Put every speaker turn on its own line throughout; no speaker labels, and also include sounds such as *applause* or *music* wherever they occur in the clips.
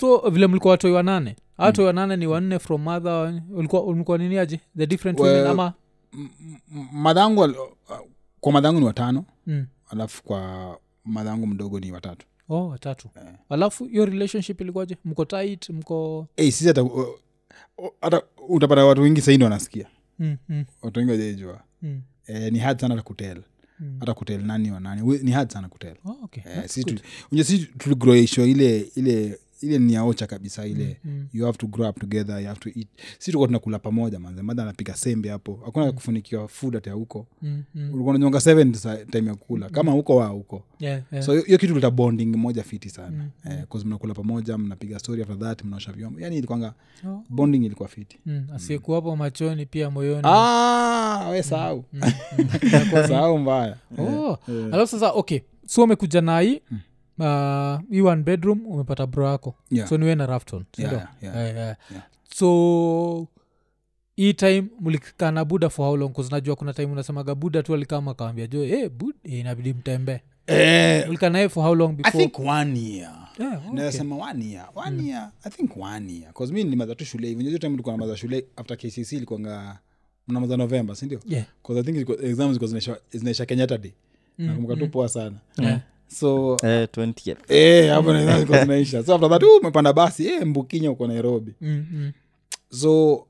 so vile mlikuwa watoi wanane awatoi wanane ni wanne from mother ulikuwa ulikuwa nini aje the different
Well-
women ama
M- m- madhangu al- uh, kwa madhangu ni watano
mm.
alafu kwa madhangu mdogo ni watatu
oh watatu
eh.
alafu hiyo relationship ilikuwaje mko tight mko
hey, sisi hata uh, uh, hata utapata watu wengi saini wanasikia
mm, mm,
watu wengi wajaijua
mm.
eh, ni hard sana hata kutel
Mm.
hata kutel nani wa nani We- ni hard sana kutel
Oh, okay.
Eh,
That's
si
good.
tu- unajua si tuligroeshwa ile ile ile ni ya ocha kabisa ile
mm.
you have to grow up together you have to eat si tulikuwa tunakula pamoja manze madha anapika sembe hapo hakuna
Hmm.
kufunikiwa food hata ya huko
Mm, mm.
ulikuwa unanyonga seven sa- time ya kula
Hmm.
kama huko wa huko
Yeah, yeah.
so hiyo- hiyo kitu leta bonding moja fiti sana mm. eh, 'cause mnakula pamoja mnapiga story after that mnaosha vyombo yani ilikwanga
Oh.
bonding ilikuwa fiti
Mm, asiyekuwapo machoni pia moyoni
ah,
Mm.
we sahau *laughs* sahau mbaya
oh.
eh.
alafu sasa okay so umekuja na hii
Hmm.
uh, hii one bedroom umepata bro yako
Yeah.
so niwe na rafton sindio?
Yeah, yeah,
Eh, eh.
yeah.
so hii time mlikaa na buda for how long 'Cause najua kuna time unasemaga buda tu alikama akawambia jo hey, bud eh, inabidi mtembee
eh,
mlikaa naye for how long
i
before
think one year
Yeah, okay. Mm.
nasema one year one year i think one year bcause mi nilimaza tu shule hivi unajua time tulikuwa namaza shule after kcc ilikuanga mnamaza november sindio
Yeah.
bcause i think ilikuwa- exams ilikuwa zinaisha- zinaisha kenyatta day
Mm.
nakumbuka tu poa sana so
Eh, 20th.
eh, hapo na exams zilikuwa zinaisha so after that uh, umepanda basi eh, mbukinya uko nairobi
Mm, mm,
so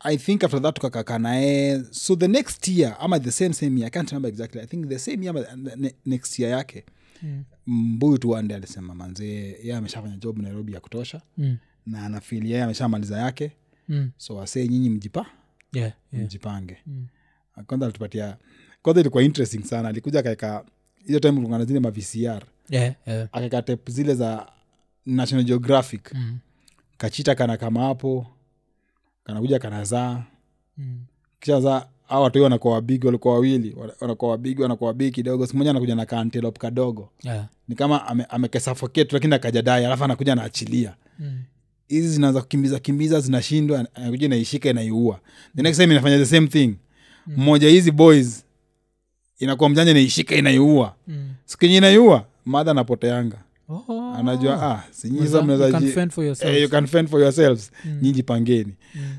i think after that tukakaka naye so the next year ama the same same year i can't remember exactly i think the same year ama the ne- next year yake
Mm.
mbuyu tu ande alisema manzee ye ameshafanya job nairobi ya kutosha
mm,
na anafili yeye ameshamaliza yake
mm.
so wasee nyinyi mjipa
Yeah,
Hmm.
yeah.
mjipange Ah,
Mm.
kwanza alitupatia kwanza ilikuwa interesting sana alikuja akaeka hiyo time kulingana zile mavcr
Yeah, yeah.
akaeka tep zile za national geographic
Mm,
kachita kana kama hapo kanakuja kanazaa
mm.
kisha za au watu hiyo wanakuwa wabigi walikuwa wawili wana- wanakuwa wabigi wanakuwa wabigi kidogo simoja anakuja na kaantelop kadogo
Yeah.
ni kama ame- amekesafokate lakini akajadai alafu anakuja anaachilia
Mm.
hizi zinaanza kukimbiza kimbiza zinashindwa ana- anakuja inaishika inaiua the next time inafanya the same thing
Mm.
mmoja hizi boys inakuwa mjanja inaishika inaiua
Mm.
siku yenye inaiua madha anapoteanga
Oh.
anajua ah, si nyinyi sasa
You
mnaweza
can
ji-
fend for yourself.
Eh, you can fend for yourselves
Mm.
nyinyi pangeni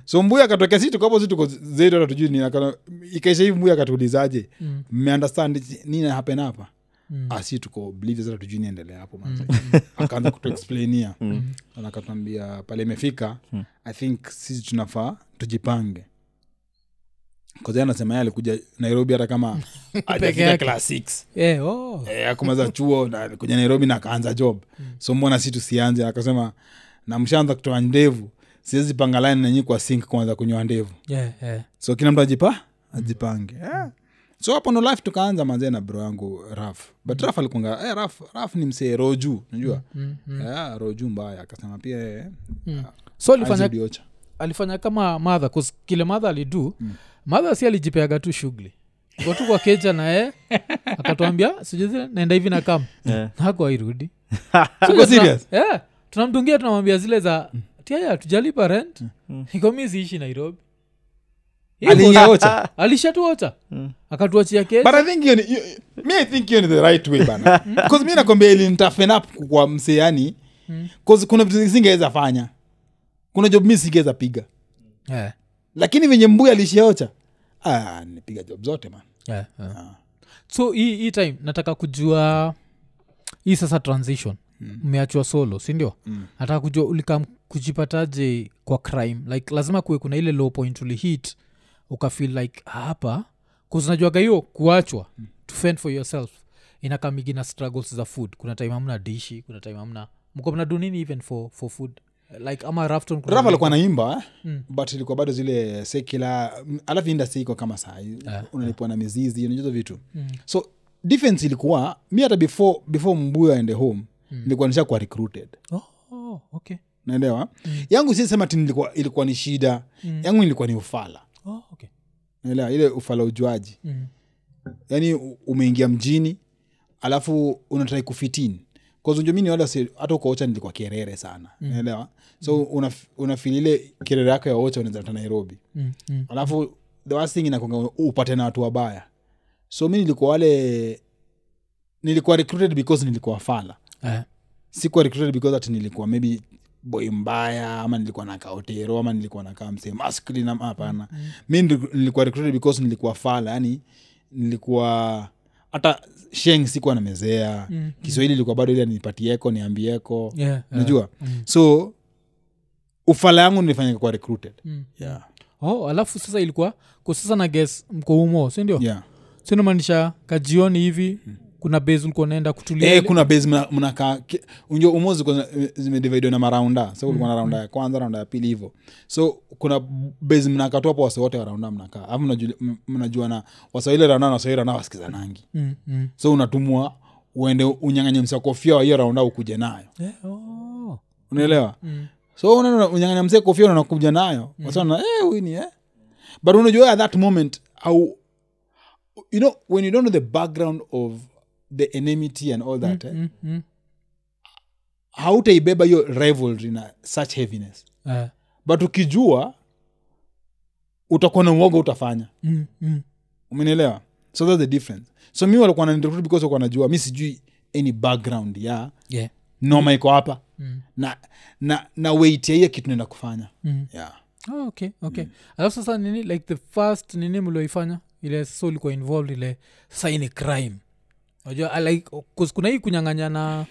so mbuya akatokea si tukapo si tuko zetu hata tujui ni akana- ikaisha hivi mbuya akatuulizaje
Mm.
mmeunderstand nini happen hapa
Mm.
ah, si tuko oblivious hata tujui niendelea hapo manze. *laughs* akaanza kutuexplainia
Mm.
na akatuambia pale imefika i think sisi tunafaa tujipange kaza anasema ye alikuja nairobi
*laughs*
hata kama ajafika
yake.
class six
Eh, oh.
Eh, akumaliza chuo na alikuja nairobi na akaanza job so mbona si tusianze akasema na mshaanza kutoa ndevu siwezi panga line nanyi kwa sink kwanza kunywa ndevu
Yeah, yeah.
so kila mtu ajipa ajipange yeah. so hapo ndo life tukaanza manzee na bro yangu raf but raf alikunga eh, raf, raf ni msee roju najua mm, mm, yeah, roju mbaya akasema pia eh,
so alifanya,
Azidi Ocha.
alifanya kama madha kile madha alidu mm. madha si alijipeaga tu shughuli Kwa tu kwa keja naye akatuambia sijuzi naenda hivi na kam
Eh.
nako
*laughs*
airudi
Uko serious?
tunamtungia tunamwambia zile za tiaya tujalipa rent
Mm.
*laughs* ikomi siishi nairobi Hivyo-
Aliyeocha?
alishatuocha akatuachia keja
Mm. But I think hiyo ni- hiyo- mi I think hiyo ni the right way bana bcause mi nakwambia ilinitafen up kwa msee yani bcause kuna vitu singeweza fanya kuna job mi singeweza piga
yeah.
lakini venye mbuya alishaocha ah, nipiga job zote man
yeah, yeah. so hii hii time nataka kujua hii sasa transition umeachwa solo sindio mm. nataka kujua ulikam kujipataje kwa crime like lazima kuwe kuna ile low point ulihit ukafeel like "Ah, hapa kuzinajuaga hiyo kuachwa to fend for yourself inakamigi na struggles za food kuna time amna dishi kuna time amna mko mnadu nini even for, for food like ama rafton kuna-
raf alikuwa naimba mm. but ilikuwa bado zile sekila alafu industry iko kama sahi unalipwa na mizizi unajaza vitu mm. so defense ilikuwa mi hata before, before mbuya aende home mm. nilikuwa nishakuwa recruited
oh, oh, okay
naelewa mm. yangu sisema ti nilikuwa, ilikuwa ni shida mm. yangu ilikuwa ni ufala
oh, okay
naelewa ile ufala ujuaji
Mm.
yaani u- umeingia mjini alafu unatrai kufitini kazunjomini wala si- hata uko ocha nilikuwa kerere sana mm. naelewa so una, unafili ile kerere yako ya ocha unaezata nairobi
Mm, mm.
alafu the worst thing inakwanga upate na watu wabaya so mi nilikuwa wale nilikuwa recruited because nilikuwa fala
Eh,
sikuwa recruited because ati nilikuwa maybe boy mbaya ama nilikuwa na kaotero ama nilikuwa na kaa msee masklin ama hapana
Mm-hmm.
mm. mi nili- nilikuwa recruited because nilikuwa fala yani nilikuwa hata sheng sikuwa namezea mm. kiswahili ilikuwa bado ile nipatieko niambieko
Mm-hmm. Yeah, yeah. Mm.
najua so ufala yangu nilifanya kwa recruited
Mm.
yeah.
oh alafu sasa ilikuwa kwa sasa na ges mko umo sindio
yeah. Mm.
sinamaanisha kajioni hivi kuna base ulikuwa unaenda kutulia
Eh,
ile?
kuna base mna- mnakaa ki- unajua umo ziko zime- zimedividiwa na maraunda so kulikuwa na raunda ya kwanza raunda ya pili hivyo so kuna base mnakaa tu hapo wase wote wa raunda mnakaa afu mnajuli- m- mnajua na wasaile raunda na wasaile raunda wasikizanangi
Mm, mm.
so unatumwa uende unyanganye msa kofia wa hiyo raunda ukuje nayo
Eh, oh.
unaelewa
Mm.
so unaona unyanganya mzee kofia unakuja nayo wasana eh, huyu ni eh. but unajua at that moment au you know when you don't know the background of the enmity and all that mm, eh,
Mm, mm.
hautaibeba hiyo rivalry na such heaviness
Eh,
but ukijua utakuwa na uoga utafanya
mm, mm.
umenielewa so that's the difference so mi walikuwa wananirecruit because walikuwa najua mi sijui any background ya
Yeah.
noma iko hapa
Mm.
na na na weight ya hiyo kitu naenda kufanya
Mm.
yeah.
Oh, okay okay
Mm.
alafu sasa nini like the first nini mlioifanya ile sasa ulikuwa involved ile sasa hii ni crime najua I like oh, 'cause kuna hii kunyang'anyana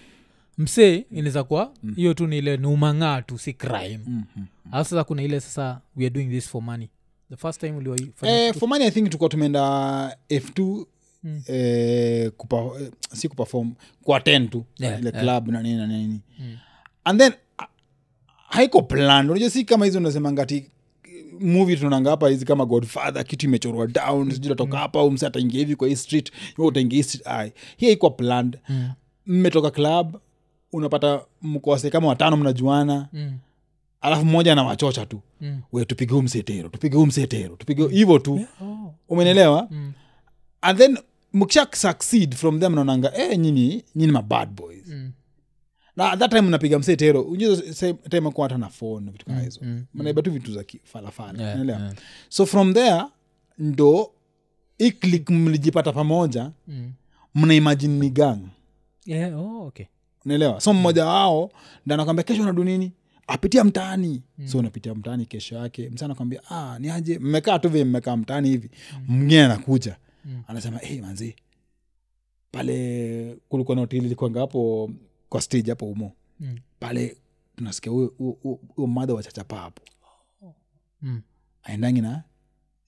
msee inaweza kuwa
Mm.
hiyo tu ni ile ni umang'aa tu si crime
mm-hmm.
alafu sasa kuna ile sasa we are doing this for money the first time ulioifanya
eh, for money i think tulikuwa tumeenda f2
Mm.
eh, kupa, eh, si kuperform kuaten tu
Yeah,
ile
yeah.
club na nini na nini
Mm.
and then ha- haiko plan unajua si kama hizi unasemanga ti muvi tunaonanga hapa hizi kama godfather kitu imechorwa down
Hmm.
sijui natoka hapa au mse ataingia hivi kwa hii street we utaingia hii street ai hii haikuwa planned
Mm.
mmetoka club unapata mko wasee kama watano mnajuana
Mm.
alafu mmoja anawachocha tu
Mm.
we tupige huu msetero tupige huu msetero tupige hivo tu
Oh.
umenelewa
Mm.
and then mkisha succeed from them naonanga eh, nyinyi nyinyi ma bad boys
Mm.
na at that time unapiga msetero time akuwa hata na phone vitu kama hizo
mm,
mnaiba tu vitu za kifalafala
Yeah,
unaelewa?
yeah.
so from there ndo iklik mlijipata pamoja
Mm.
mnaimajini ni gang
Yeah, oh, okay.
unaelewa so mmoja wao ndo anakwambia kesho nadu nini apitia mtaani mm. so unapitia mtaani kesho yake msa anakwambia ah, ni aje mmekaa tu vile mmekaa mtaani hivi mwingine anakuja
Mm.
anasema hey, manzi pale kulikuwa na hoteli ilikuanga hapo kwa stage hapo umo
Mm.
pale tunasikia huyo- huyo huyo- huyo madha wa chachapa hapo
Mm.
aendangi na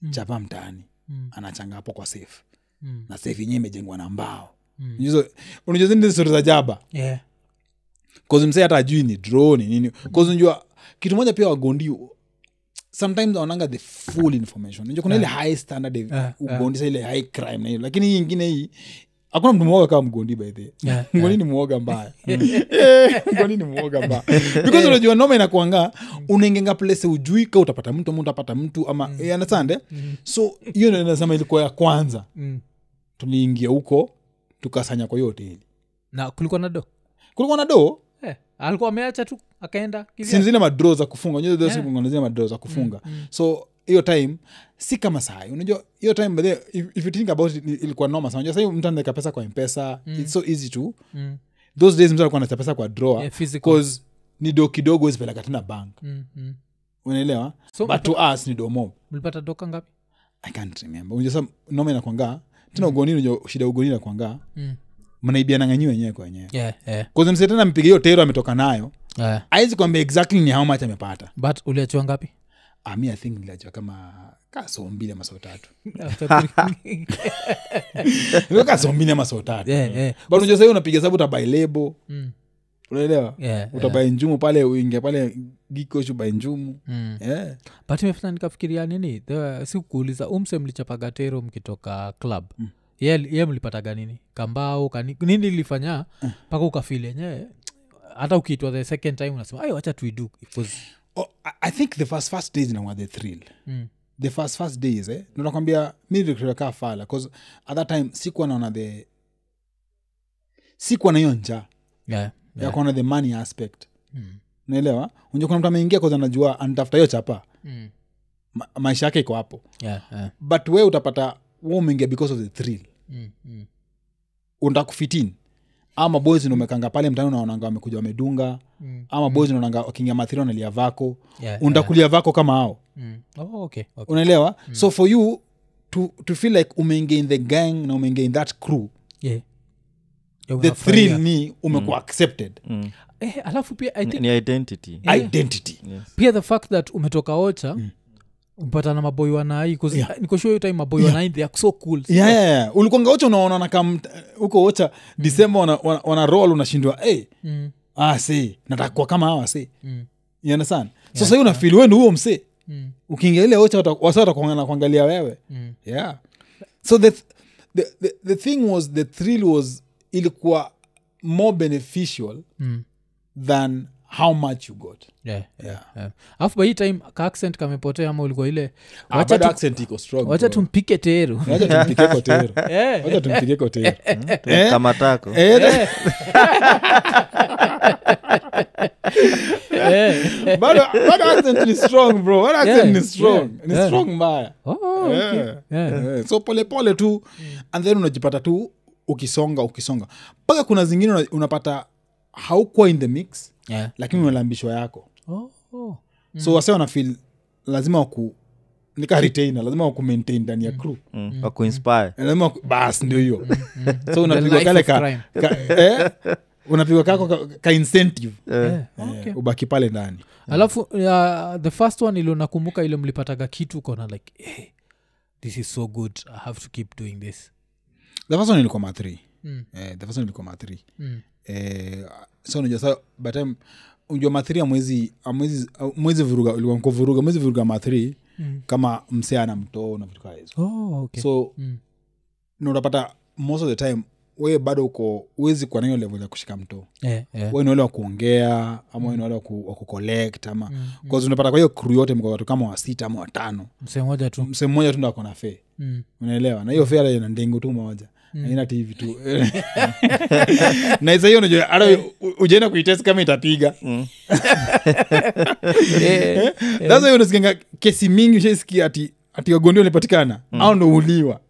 Mm.
chapa mtaani
Mm.
anachanga hapo kwa safe
Mm.
na safe yenyewe imejengwa na mbao
Mm.
unajozindi stori za jaba
Yeah.
Cause msee hata ajui ni draw ni nini Cause unajua kitu moja pia wagondi sometimes aonanga the full information unajua kuna ile high standard ya
Yeah,
ugondi sa ile high crime na hiyo lakini hii ingine hii hakuna mtu mwoga kama mgondi by the way.
*laughs* Yeah,
mgondi ni mwoga *laughs* mbaya Eh, mgondi ni mwoga mbaya because unajua noma inakuanga unaingenga place ujui ka utapata mtu ama utapata mtu ama mm. anasande so hiyo ndio nasema ilikuwa ya kwanza
Mm.
tuliingia huko tukasanya kwa hiyo hoteli
na kulikuwa na do
kulikuwa na doo
eh, alikuwa ameacha tu akaenda kivya-
si zile madro za kufunga unajua those
Yeah. Mm,
kuna zile madro za kufunga so hiyo time si kama sahai unajua hiyo time by the way, if, if you think about it, il- ilikuwa noma sana unajua sahii mtu anaeka pesa kwa mpesa its so easy to
Mm.
those days mtu alikuwa anaeka pesa kwa drawer
Yeah, physical.
cause ni do kidogo wezipeleka tena bank
Mm, mm.
unaelewa
So,
but to us ni do mob
mlipata doka ngapi
i can't remember unajua sa noma inakwanga tena ugoni unajua shida ya ugoni inakwanga
Mm.
mnaibiananganyi wenyewe kwa wenyewe
Yeah, yeah,
kause msee tena mpiga hiyo tero ametoka nayo
yeah.
awezi kuambia exactly ni how much amepata
but uliachiwa *laughs* ngapi
Ah, mi i think niliachiwa kama kaa soo mbili ama soo tatu Ilikuwa kaa soo mbili ama soo tatu
Yeah, yeah.
But unajua sahii unapiga hesabu utabai lebo
Mm.
unaelewa
Yeah,
utabai njumu pale uingia pale gikosh ubai njumu
Mm.
yeah.
but imefanya nikafikiria nini The- sikuuliza umse mlichapaga tero mkitoka club mm. ye, ye mlipataga nini kambao kani, nini ilifanya
Mm.
mpaka ukafili enyewe hata ukiitwa the second time unasema ai wacha tuidu because
oh, I- i think the first first days inakuwa the thrill
Mm.
the first first days eh? nakwambia mi nilikuwa fala bcause at that time sikuwa naona the sikuwa na hiyo njaa
yeah, yeah.
ya kuona the money aspect
Mm.
unaelewa unajua kuna mtu ameingia kwanza anajua anatafuta hiyo chapa
Mm.
ma- maisha yake iko hapo
Yeah, yeah.
but we utapata we umeingia because of the thrill
Mm, mm.
unataka kufitin ama boys ndo umekanga pale mtani unaonanga wamekuja wamedunga
Mm.
ama boys unaonanga wakiingia mathira wanalia vako
Yeah,
undakulia vako kama hao
Mm. Oh, okay, okay.
unaelewa
Mm.
so for you to, to feel like umeingia in the gang na umeingia in that crew
Yeah. Yeah,
the
unafurahia.
thrill ni umekuwa accepted
mm.
Eh, alafu pia I
ni,
think,
ni identity
Eh,
Yeah.
identity
yes.
pia the fact that umetoka ocha mm. mpatana maboi wanai
Yeah.
nikoshio time maboi wanai they are so cool
yeah, yeah, yeah. ulikwanga ocha unaonana kam huko ocha disemba wana, wana, wana roll unashindwa hey,
Mm,
ah see, nataka kuwa kama hawa see.
mm,
You understand? so sahii unafil wenu huo msee
mm,
ukiingia ile ocha wata- wasa watakuangana kuangalia wewe
mm.
yeah so the, th- the, the, the thing was the thrill was ilikuwa more beneficial
Mm.
than how much you got
Yeah, yeah,
Yeah.
yeah. alafu by hii time ka accent kamepotea ama ulikuwa ile
Ah,
wacha
bado
tu-
accent iko strong,
wacha
bro.
tumpike teru *laughs*
Wacha tumpige kotero.
Eh,
Wacha tumpige kotero.
Tu-
Eh?
kama tako
Eh, the-
*laughs* eh.
*laughs* bado bado accent ni strong bro Bado accent
Yeah,
ni strong
yeah,
ni
yeah.
strong mbaya
Oh, okay.
Yeah.
Yeah.
Eh, so polepole tu and then unajipata tu ukisonga ukisonga mpaka kuna zingine una- unapata haukuwa in the mix
Yeah.
lakini unalambishwa yako
Oh, oh.
so wase wanafil lazima waku nika retainer lazima wakumaintain ndani ya crew
mm. wakuinspire
lazima waku- bas ndio hiyo *laughs* so unapigwa
Mm, life
kale
of crime.
ka, ka eh, unapigwa kako ka, ka incentive
Yeah. Okay.
eh, ubaki pale ndani
alafu uh, the first one ilio nakumbuka ile mlipataga kitu ukona like hey, this is so good i have to keep doing this
the first one ilikuwa ma three
Mm.
eh, the first one ilikuwa ma three
Mm.
eh, so unajua sa by time unajua mathiri amwezi amwezi mwezi vuruga uliwanko vuruga mwezi vuruga mathiri
Mm.
kama msee ana mtoo na vitu kaa hizo
Oh, okay.
so
Mm.
na unapata most of the time wewe bado uko uwezi kuwa nayo level ya kushika mtoo
yeah, yeah.
wewe ni wale wa kuongea ama wewe ni wale wa ku- wa kucollect ama
Mm,
mm. unapata kwa hiyo crew yote mko watu kama wasita ama watano
msee moja tu
msee mmoja tu ndo ako na fee
mm.
unaelewa na hiyo fea ina ndengo tu moja aina tv tu *laughs* na isa hiyo unajua hata
Eh.
u- u- ujaenda kuitest kama itapiga
Eh.
sasa hiyo unasikanga kesi mingi ushaisikia ati ati wagondia walipatikana au ndo uliwa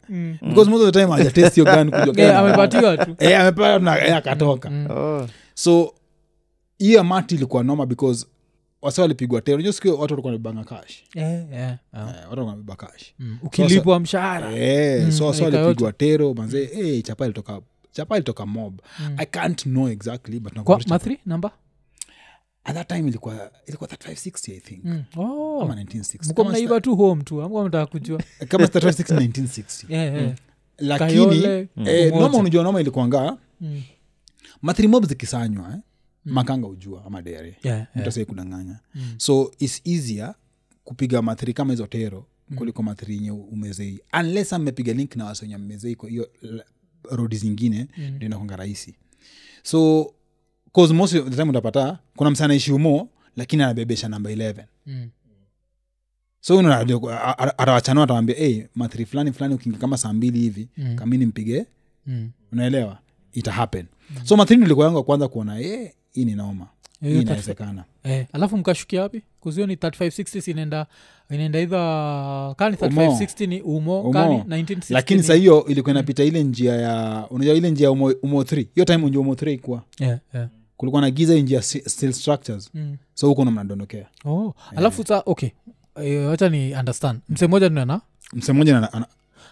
because most of the time hajatest hiyo gani kujua
*laughs*
kama-
yeah, amepatiwa tu
Eh, amepata na- eh,
Mm.
akatoka
oh.
so hiyo amati ilikuwa noma because wasa walipigwa tena unajua siku hiyo watu walikuwa wanabebanga cash
yeah, yeah. Ah.
*laughs* Eh, watu walikuwa wanabeba cash
Mm. ukilipwa mshahara
Eh,
Mm,
so wasa
ikayote.
walipigwa tero manzee eh, chapa ilitoka chapa ilitoka mob i can't know exactly but
Mm. kwa
nakumbuka chapa-
mathri namba
at that time ilikuwa ilikuwa 3560 i think
mm. oh.
kama 1960
mko
Kama sta-
mnaiba tu home tu amka mtaka kujua Mm.
kama sta- 3560 1960
*laughs* yeah, yeah.
lakini
Kayole,
eh,
Umoja.
noma unajua noma ilikuanga
Mm.
mathiri mob zikisanywa eh, makanga ujua ama dere
Yeah, yeah.
mtasai kudanganya so its easier kupiga mathiri kama hizo tero kuliko mathiri yenye umezei unless amepiga link na wasenye mmezei kwa hiyo l- rodi zingine mm. ndio inakwanga rahisi so cause most of the time utapata kuna msana ishi umo lakini anabebesha namba 11
Mm.
so atawachanua atawambia hey, mathiri fulani fulani ukiingia kama saa mbili hivi mm. kamini mpige
Mm.
unaelewa ita happen mm. so mathiri ndilikuwa yangu ya kwanza kuona "Eh, hii ni noma
Eh,
hii
tatu-
inawezekana
Eh, alafu mkashukia wapi kuzio ni 3560 inaenda inaenda idha kani
Umo.
3560 ni umo,
Umo.
kani 1960
lakini
ni- Mm.
sa hiyo ilikuwa inapita ile njia ya unajua ile njia ya umo, umo 3 hiyo time unjua umo 3 ikuwa
yeah, yeah.
kulikuwa na giza hii njia si- steel structures
Mm.
so huko ndo mnadondokea
Oh. alafu sa okay Eh, wacha ni understand mse moja tunana
mse mmoja ana- ana-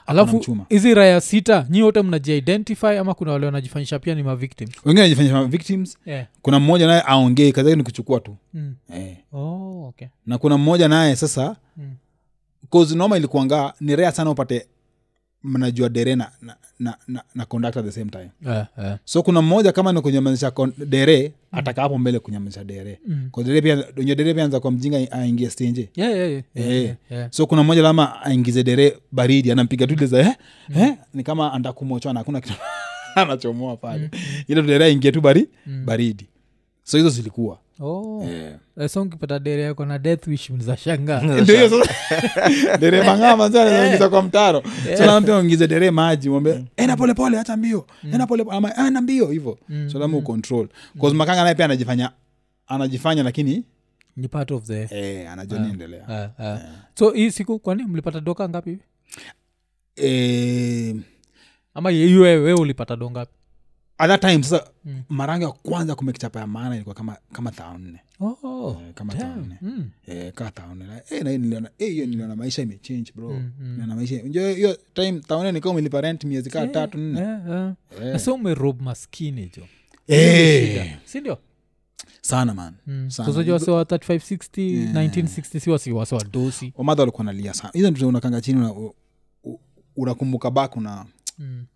alafu
mchuma.
hizi raya sita nyi wote mnajiidentify ama kuna wale wanajifanyisha pia ni mavictim
wengine anajifanya kama victims
yeah.
kuna mmoja naye aongei kazi yake ni kuchukua tu
mm.
eh.
oh, okay.
na kuna mmoja naye sasa
Mm.
cause noma ilikuanga ni rea sana upate mnajua dere na, na, na, na, na conductor at the same time
yeah, yeah.
so kuna mmoja kama ni kunyamazisha kon- dere ataka hapo mbele kunyamazisha dere
Mm.
Cause dere pia unajua dere pia anza kwa mjinga aingie stenje
Yeah, yeah, yeah, yeah,
Eh.
yeah, yeah.
so kuna mmoja lama aingize dere baridi anampiga tu ile za eh? eh? ni kama anda kumochwa na hakuna kitu *laughs* anachomoa pale ile tu dere aingie tu bari baridi so hizo zilikuwa
Oh. Eh, so ukipata dere yako na death wish za
*laughs*
shanga
ndio hiyo *laughs* sasa dereva ngama sana anaingiza kwa mtaro so naambia uingize dere maji mwambie enda polepole hata mbio enda polepole ama "Ah, na mbio hivyo so lazima ucontrol cause makanga naye pia anajifanya anajifanya lakini
ni part of the
eh, anajua niendelea
Ah, ah. so hii siku kwani mlipata doka ngapi hivi?
Eh,
ama yewe we ulipata dongapi
at that time sasa mm. marango ya kwanza kumekichapa ya maana ilikuwa kama kama thao nne
oh.
Eh, kama thao nne
mm.
Eh, kaa taonela hey, na hii niliona eh, hiyo niliona maisha imechange bro
Mm,
niliona maisha njo hiyo time taone nikaa umelipa rent miezi kaa tatu nne
Eh, eh. Na so umerob maskini jo
Eh,
sindio
sana man
Mm.
Sana.
kuzajua wase wa 3560 1960 si wasi wase wadosi
wamadha walikuwa nalia sana hizo ndio unakanga chini una, u- u- unakumbuka bak una
Mm.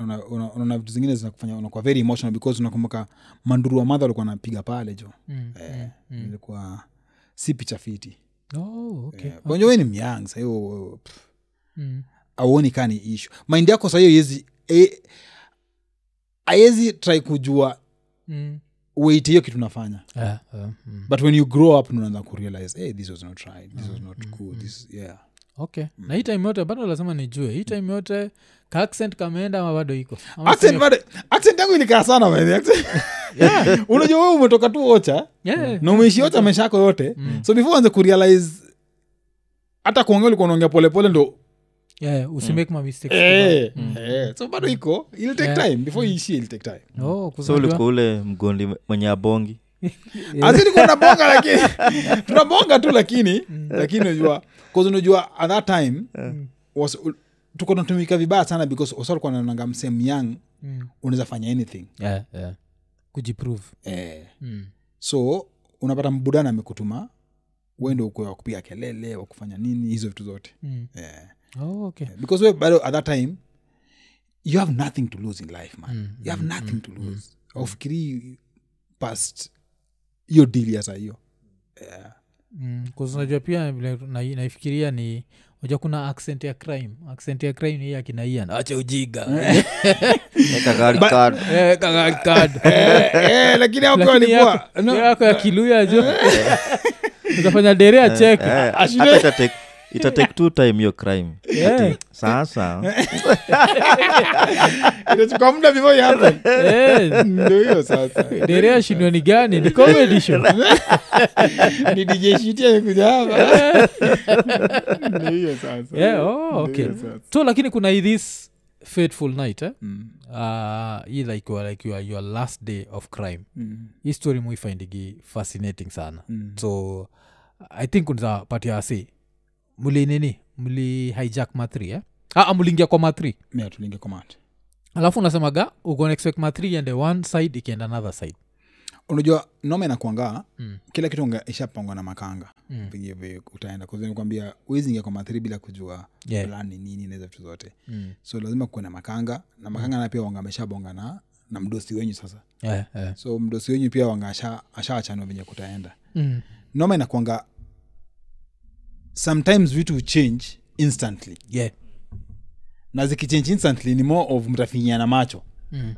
unaona una- unaona vitu zingine zinakufanya unakuwa very emotional because unakumbuka manduru wa madha walikuwa anapiga pale jo
Mm,
eh, ilikuwa si picha fiti
Oh, okay.
Eh, bonjo we ni myang sahiyo
Mm.
auoni kaa ni ishu maindi yako sahiyo iezi eh, aiezi try kujua
Mm.
weit hiyo kitu nafanya
Ah, ah, mm.
but when you grow up unaanza kurealize hey, this was not right this was not cool this yeah
okay
Hmm.
na hii time yote bado lazima nijue hii time yote ka accent kameenda ama bado iko Ama
accent
sio-
bado- accent yangu ilikaa sana by the way. Accent- *laughs* unajua wewe umetoka tu ocha
Yeah.
na umeishi ocha maisha yako yote
Mm.
so before anze kurealize hata kuongea ulikuwa unaongea polepole ndo
Yeah, usimake ma mistakes kidogo.
eh, eh. so bado iko it'll take
Yeah.
time before iishie it'll take time
Oh,
so
kuzajua-
ulikuwa ule mgondi mwenye abongi
azini kunabonga lakini tunabonga tu lakini lakini unajua cause unajua at that time was- u- tuko tunatumika vibaya sana because wasalikuwa nananga msehemu young
Mm.
unaweza fanya anything
Yeah, yeah. kujiprove
eh.
Mm.
so unapata mbudana amekutuma wendo ukuwa wakupiga kelele wakufanya nini hizo vitu zote
Mm.
yeah.
Oh, okay.
because we bado at that time you have nothing to lose in life man
Mm,
you have nothing to lose aufikiri past hiyo dili hasa hiyo
*laughs* Mm, 'cause unajua pia vile na- naifikiria ni unajua kuna accent ya crime accent ya crime ni hii akina Ian, acha ujiga
Eh. *laughs*
kakakad
Eh, kaka card.
Eh, eh, lakini hao pia
Lakini
walikuwa
yako- yako ya kiluya jo
Eh.
*laughs* utafanya dere acheke
Eh, itatake two time hiyo crime
Yeah.
Ati,
*laughs*
sasa
inachukua muda before you happen
*laughs* Eh,
ndio hiyo sasa
dere ashindwa ni gani ni comedy *laughs* show
*laughs* ni dj shiti amekuja
*laughs*
hapa ndio hiyo sasa
Yeah, oh, okay. so lakini kuna hii this fateful night eh?
Mm,
uh, hii like, your- like your, your last day of crime
mm,
hii story muifaindigi fascinating sana
mm.
so i think unza patia asi muli nini muli hijack mathri eh? ah, muliingia kwa mathri
Mea tulinge command.
alafu unasemaga ukona expect mathri iende one side ikienda another side
unajua noma inakuangaa
Mm.
kila kitu unga- ishapangwa na makanga
Mm.
Venye vi- utaenda kuambia uwezingia kwa mathiri bila kujua
Yeah.
plan ni nini naweza vitu zote
mm.
so lazima kuwe na makanga na makanga na pia wanga ameshabonga na na mdosi wenyu sasa
yeah, yeah.
so mdosi wenyu pia wanga asha- ashaachanwa venye kutaenda
Mm.
noma inakwanga sometimes vitu change instantly
yeah.
na zikichange instantly ni more of mtafinyiana macho
Mm.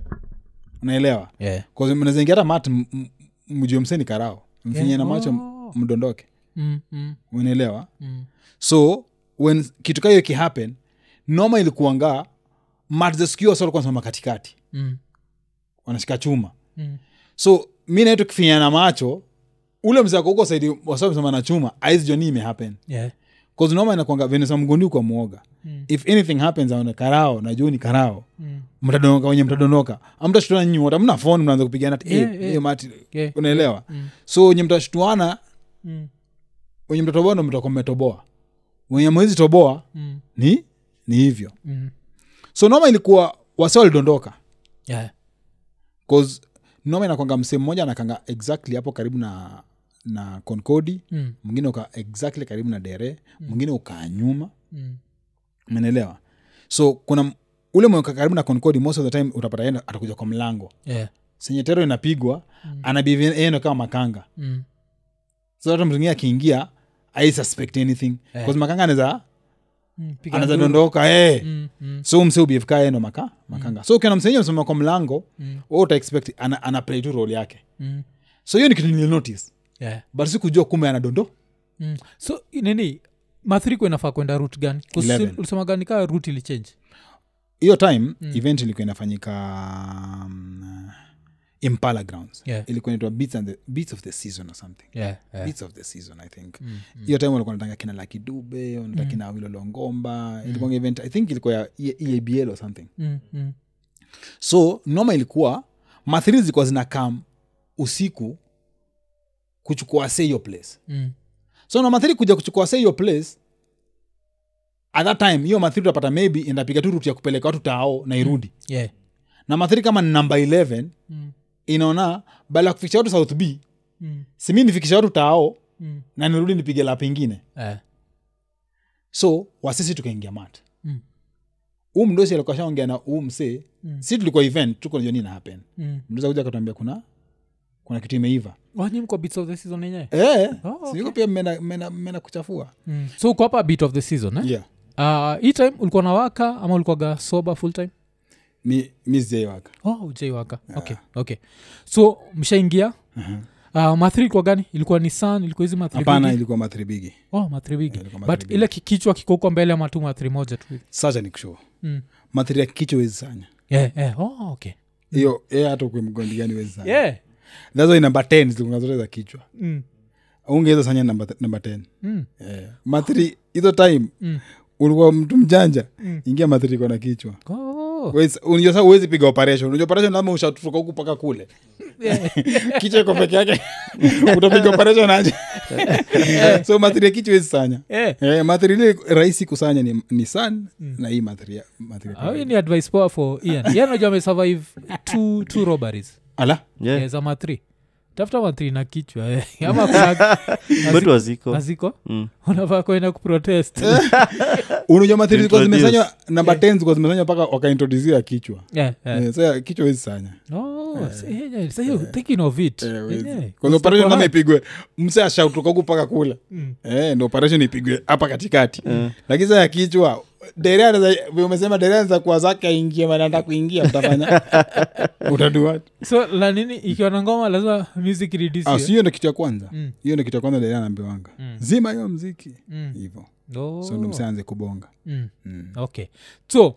unaelewa
yeah.
mnazaingia hata mat m- m- mjue mseni karao mfinyiana
Yeah.
macho
Oh.
mdondoke
Mm, mm,
unaelewa
mm.
so when kitu kayo kihappen noma ilikuanga matzeskio wasa walikuwa wanasimama katikati
Mm.
wanashika chuma
Mm.
so mi nae tukifinyana macho ule mzee akouko saidi wasamsema na chuma aizijua ni imehappen
yeah.
bcause noma inakwanga venesa mgundi kwa muoga
Mm.
if anything happens aone karao najuu ni karao
Mm.
mtadondoka wenye mtadondoka amtashutana nyinyi wote mna fon mnaanza kupigana ati,
Yeah,
eh,
yeah.
eh, mati
Yeah.
unaelewa
Mm.
so wenye mtashutuana
Mm.
wenye mtatoboa ndo mtakuwa mmetoboa wenye mwezi toboa
Mm.
ni ni hivyo
Mm.
so noma ilikuwa wase walidondoka
yeah.
'Cause noma inakwanga msehemu mmoja anakanga exactly hapo karibu na na concodi
Mm.
mwingine uka exactly karibu na dere
Hmm.
mwingine ukaa nyuma
Mm.
umenelewa so kuna m- ule mwenye ukaa karibu na concodi most of the time utapata yenda atakuja kwa mlango
yeah.
senye tero inapigwa anabiviendo kama makanga
Mm.
so hata mtu mwingine akiingia ai suspect anything
Eh.
yeah. makanga anaweza
Mm. Piga
anaweza
nduru.
dondoka hey.
Mm. Mm.
so mse ubiefka yendo maka makanga so ukiona msenye msimama kwa mlango mm. utaexpect ana, ana play tu role yake
Mm.
so hiyo ni kitu nilinotice
yeah.
but sikujua kumbe anadondo
mm. so nini mathiriko inafaa kwenda rut gani 'Cause
11.
ulisemaga ni kaa rut ilichange
hiyo time mm. event ilikuwa inafanyika um, impala grounds
Yeah.
ilikuwa inaitwa beats, and the, beats of the season or something
yeah. yeah. Mm.
beats of the season i think hiyo time walikuwa natanga kina lakidube wanataka kina wilolongomba
Mm.
E ilikuwa event i think ilikuwa ya E- eabl or something
Mm. Mm.
so noma ilikuwa mathiri zilikuwa zina kam usiku kuchukua se hiyo place
mm.
so na mathiri kuja kuchukua se hiyo place at that time hiyo mathiri utapata maybe inapiga tu ruti ya kupeleka watu tao na irudi
yeah.
na mathiri kama ni namba 11
mm.
inaona badala ya kufikisha watu south b
Mm.
simi nifikisha watu tao
Mm.
na nirudi nipige la pengine
Eh.
so wasisi tukaingia mat
Mm.
huu mdosi alikuwa shaongea na huu msee
Mm.
si tulikuwa event tuko najua nini happen
Mm.
mdosi akuja akatuambia kuna kuna kitu imeiva
wanyi mko bits of the season yenyewe
eh,
Oh, okay.
siyuko pia mmeenda- mmeenda mmeenda kuchafua
mm. so uko hapa bit of the season eh?
yeah.
yeah. uh, hii time ulikuwa na waka ama ulikuwaga soba full time
mi, mi sijaiwaka
oh, ujai waka okay, okay. so mshaingia uh, mathri ilikuwa gani ilikuwa ni san ilikuwa hizi mathri
hapana
bigi?
ilikuwa mathribigi
oh, mathri bigi
ilikuwa mathri
but
bigi.
ile kikichwa kikokwa mbele ama tu mathri moja tu hivi?
sasa ni kushua
mm.
mathiri ya kicho wezi sanya
yeah, yeah. Oh, okay.
hiyo yeye hata ukwe mgondi gani wezi sanya
yeah.
That's why namba 10 zilikuwa zote za kichwa
mm.
ungeweza sanya namba namba 10
Mm.
eh, mathiri hizo time
Mm.
ulikuwa mtu mjanja ingia mathiri kwa na kichwa
Oh.
Huwezi- unajua saa uwezi piga operation unajua operation lazima ushatutoka huku
*laughs*
mpaka kule kichwa iko peke yake utapiga
*laughs*
operation aje so mathiri ya kichwa wezi sanya
Eh.
Eh, mathiri ile rahisi kusanya ni, ni san
Mm.
na hii mathiri ya- mathiri ya
Ah, hiyo
kawaida.
ni advice poa for ian ian najua amesurvive two, two robberies
ala
Eh.
yeah. za mathri tafuta mathri na kichwa eh. ama kuna-
betu waziko
aziko
Mm.
unavaa kwenda kuprotest
Eh. unajua mathiri zilikuwa
Introduce.
zimesanywa namba
Eh.
10 zilikuwa zimesanywa mpaka wakaintroduzia ya kichwa
*laughs* yeah, yeah.
Eh, sasa kichwa wezi sanya
Oh, see, yeah, so you thinking of it.
Eh, wezi.
Yeah.
Kwanza operation
Kwa-
lazima ipigwe mse ashautoka huku mpaka kule
Mm.
Eh, ndo operation ipigwe hapa katikati lakini saa ya kichwa dere anaweza- vile umesema dere anaweza kuwa zake aingie mananda
*laughs*
kuingia mtafanya utadua
so la nini ikiwa na ngoma lazima music
Ah,
reduce
si hiyo ndo kitu ya kwanza
Mm.
hiyo ndo kitu ya kwanza dere anaambiwanga zima hiyo mziki
Mm.
hivo
Oh.
so ndo mse aanze kubonga
Mm.
Mm. Mhm.
okay so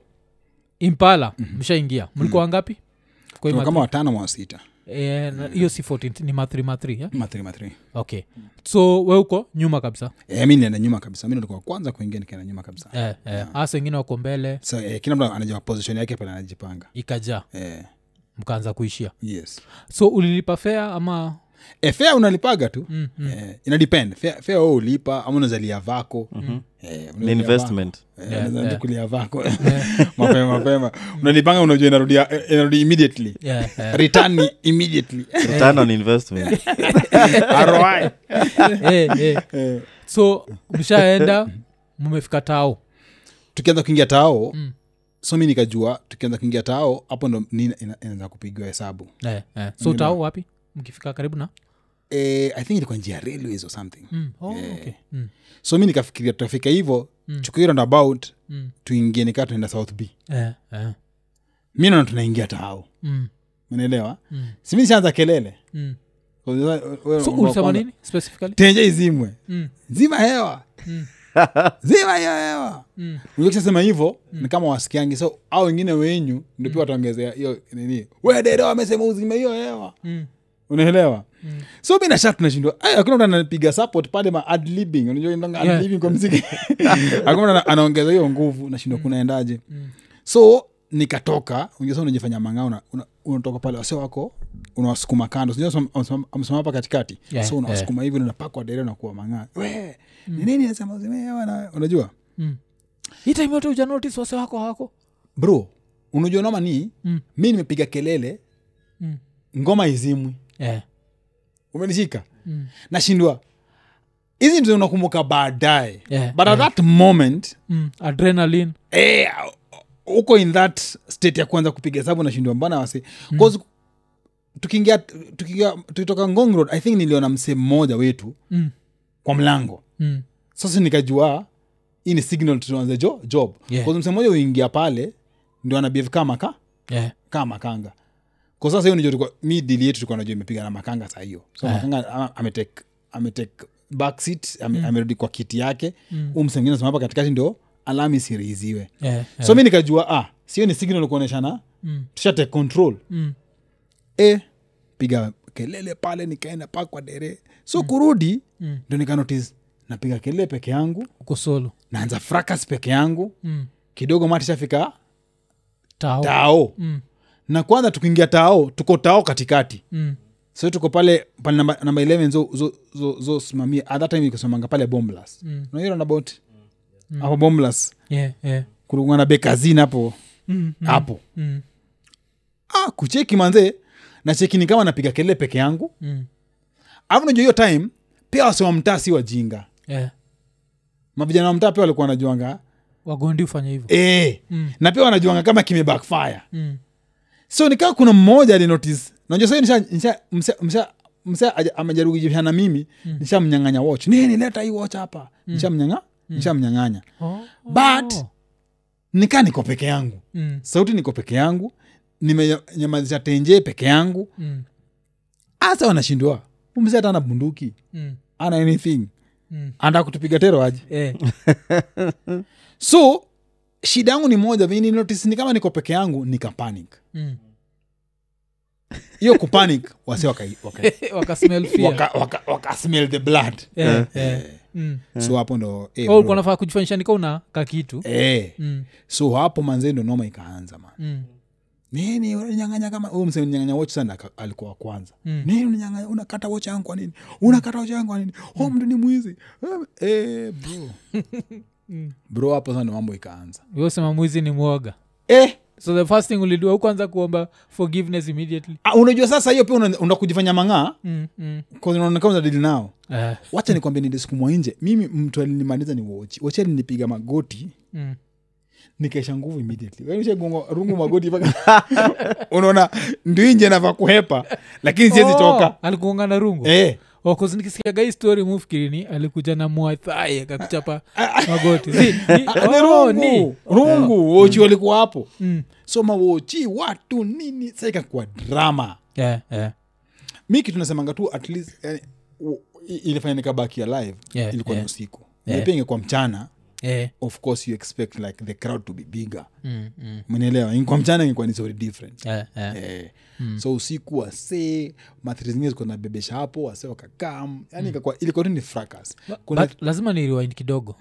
impala mshaingia mlikuwa wangapi kwa hiyo
Mm. Tulikuwa kama
mathri-
watano mwa sita
eh, na- hiyo si 14 ni mathri mathri yeah?
mathiri mathiri
okay so we uko nyuma kabisa
Eh, mi nienda nyuma kabisa mi ndikuwa kwanza kuingia nikaenda nyuma kabisa
eh, eh. hasa wengine wako mbele
so eh, kila mtu anajua position yake pale anajipanga
ikajaa
eh,
mkaanza kuishia
yes
so ulilipa fea ama
e, fea unalipaga tu
mm, mm.
eh, ina depend fea, fea wewe ulipa ama unazalia vako eh,
Mhm. ni investment
Mm. Yeah, yeah. Mm.
kulia vako *laughs* mapema mapema unalipanga unajua inarudia eh, inarudi immediately
yeah, eh. *laughs*
return ni immediately
return on investment
ROI.
Eh, eh.
Eh,
so mshaenda mmefika tao
tukianza kuingia tao
Mm.
so mi nikajua tukianza kuingia tao hapo ndo ni- ina- inaanza kupigwa hesabu
eh, eh. so tao wapi mkifika karibu na
eh, i think ilikuwa njia ya railways or something
mm. oh, okay. mm.
so mi nikafikiria tutafika hivo chukua hiyo roundabout
Mm.
tuingie nikaa tunaenda south b
Eh, eh.
mi naona tunaingia tao
Mm.
unaelewa
Mm.
simi shaanza kelele
Mm. so ulisema
tenje
nini specifically
izimwe
mm.
zima hewa
Mm.
*laughs* zima hiyo hewa
Mm.
ukishasema hivo ni kama wasikiangi so au wengine wenyu ndio
Mm.
pia wataongezea hiyo nini wedero amesema uzime hiyo hewa
Mm.
unaelewa so mi nasha tunashindwa "Aya, hakuna mtu anapiga support pale ma adlibing unajua inaitwanga
Yeah.
adlibbing
*laughs*
kwa mziki *laughs* hakuna mtu ana- anaongeza hiyo nguvu nashindwa kunaendaje
Mm.
so nikatoka unajua sa unajifanya mangaa unatoka una, unatoka pale wase wako unawasukuma kando Unajua wame- wame- wamesimama hapa katikati
Yeah,
so unawasukuma hivi unapakwa dere nakuwa mangaa we ni nini nasema zimeewa na unajua
Mm. hii time yote uja notice wase wako hawako
bro unajua noma ni
Mm.
mi nimepiga kelele
Mm.
ngoma izimwi
eh.
umenishika
Mm.
nashindwa hizi ndio unakumbuka baadaye
Yeah,
but at that moment
mm. adrenalin
eh, uko in that state ya kwanza kupiga hesabu nashindwa mbana wase mm. tukiingia tukiingia tukitoka ngong road i think niliona msee mmoja wetu
mm.
kwa mlango
Mm.
sasa nikajua hii ni signal tuanze jo, job
Yeah.
yeah. msee mmoja uingia pale ndio anabiev kama ka
Eh.
kama makanga kwa sasa hiyo nijo mi dili yetu tulikuwa najua imepiga na makanga saa hiyo so
Ah.
makanga ama- ametake ametake backseat ame, amerudi kwa kiti yake
Mm.
huu msee mwingine hapa katikati ndio alama isiriiziwe
Eh. Eh.
so mi nikajua ah sio ni signal kuonyeshana
Mm.
tushatake control
Mm.
e piga kelele pale nikaenda pa kwa dere so kurudi
Mm.
ndo nikanotis napiga kelele peke yangu
uko solo
naanza fracas peke yangu
mm.
kidogo matishafika
tao
tao
Mm.
na kwanza tukiingia tao tuko tao katikati
mm.
so tuko pale pale namba, namba 11 zo- zo- zo- zosimamia at that time ikasimamanga pale bomblas
Mm.
unaira about hapo bomblas
yeah, yeah.
kulikuwa na bekazin hapo
Mm, mm,
hapo
mm,
ah, kucheki manzee na cheki ni kama napiga kelele peke yangu
mm.
alafu najua hiyo time pia wasi wa mtaa si wajinga
Yeah.
mavijana wa mtaa pia walikuwa wanajuanga
wagondi ufanya hivyo
e,
Mm.
na pia wanajuanga kama kime backfire
Mm.
so nikaa kuna mmoja alinotice najua sasa nisha, nisha, msha, msha, msha aja- amejaribu kujipishana na mimi mm. nishamnyang'anya watch nini leta hii watch hapa mm. nishamnyang'a nishamnyang'anya
Oh.
but nikaa niko peke yangu
Mm.
sauti niko peke yangu nimenyamazisha tenje peke yangu
Mm.
hasa wanashindwa umse hata ana bunduki
Mm.
ana anything
Mm.
anda kutupiga tero aje
*laughs* Eh.
so shida yangu ni moja vini notice ni kama niko peke yangu nika panic
Mm. *laughs*
hiyo *laughs* kupanic wase waka, waka,
wakasmel
waka, Eh. waka, waka smell the blood
Eh, Mm.
so hapo ndo eh, bro.
ulikuwa nafaa Oh, kujifanyisha nika una ka kitu
Eh,
Mm,
so hapo manzee ndo noma ikaanza man
mm,
nini unanyanganya kama huyo mse nyanganya watch sana aka- alikuwa wa kwanza
Mm.
nini unanyanganya unakata watch yangu kwa nini unakata watch yangu kwa nini
Mm.
huyo mtu ni mwizi Eh, eh,
*laughs*
bro
Mm.
bro hapo sana mambo ikaanza
Wewe sema mwizi ni mwoga
eh
so the first thing ulidua ukuanza kuomba forgiveness immediately
ah, unajua sasa hiyo pia una- una kujifanya mang'aa
mm, mm.
unaonekana unadili nao
Eh,
wacha nikwambia nilisukumwa nje mimi mtu alinimaliza ni wochi wochi alinipiga magoti
mm.
nikaisha nguvu immediately Wewe ushagonga rungu magoti mpaka *laughs* unaona ndio nje nava kuhepa lakini siwezi
Oh,
toka
alikugonga na rungu
eh.
okozinikisikiaga hii story mufikirini alikuja na mwathai
*laughs*
akakuchapa magoti Si, *laughs* ni-
Ah, ni
oh,
rungu
ni.
rungu wochi walikuwa hapo
Mm.
soma wochi watu nini sa ikakuwa drama
Eh, eh.
mi kitu nasemanga tu at least yani, u- i- ilifanya nikabaki alive
Yeah,
ilikuwa
yeah.
ni usiku
Yeah.
yeah. pia ingekuwa mchana
Eh,
of course you expect like the crowd to be bigger
mm, mm.
mnaelewa ingekuwa mchana ingekuwa ni story different
Eh, eh.
Eh, so usiku wasee mathiri zingine zikuwa nabebesha hapo wasee wakakam yani ikakua ilikuwa tu ni fracas kuna
Mm. But lazima ni rewind kidogo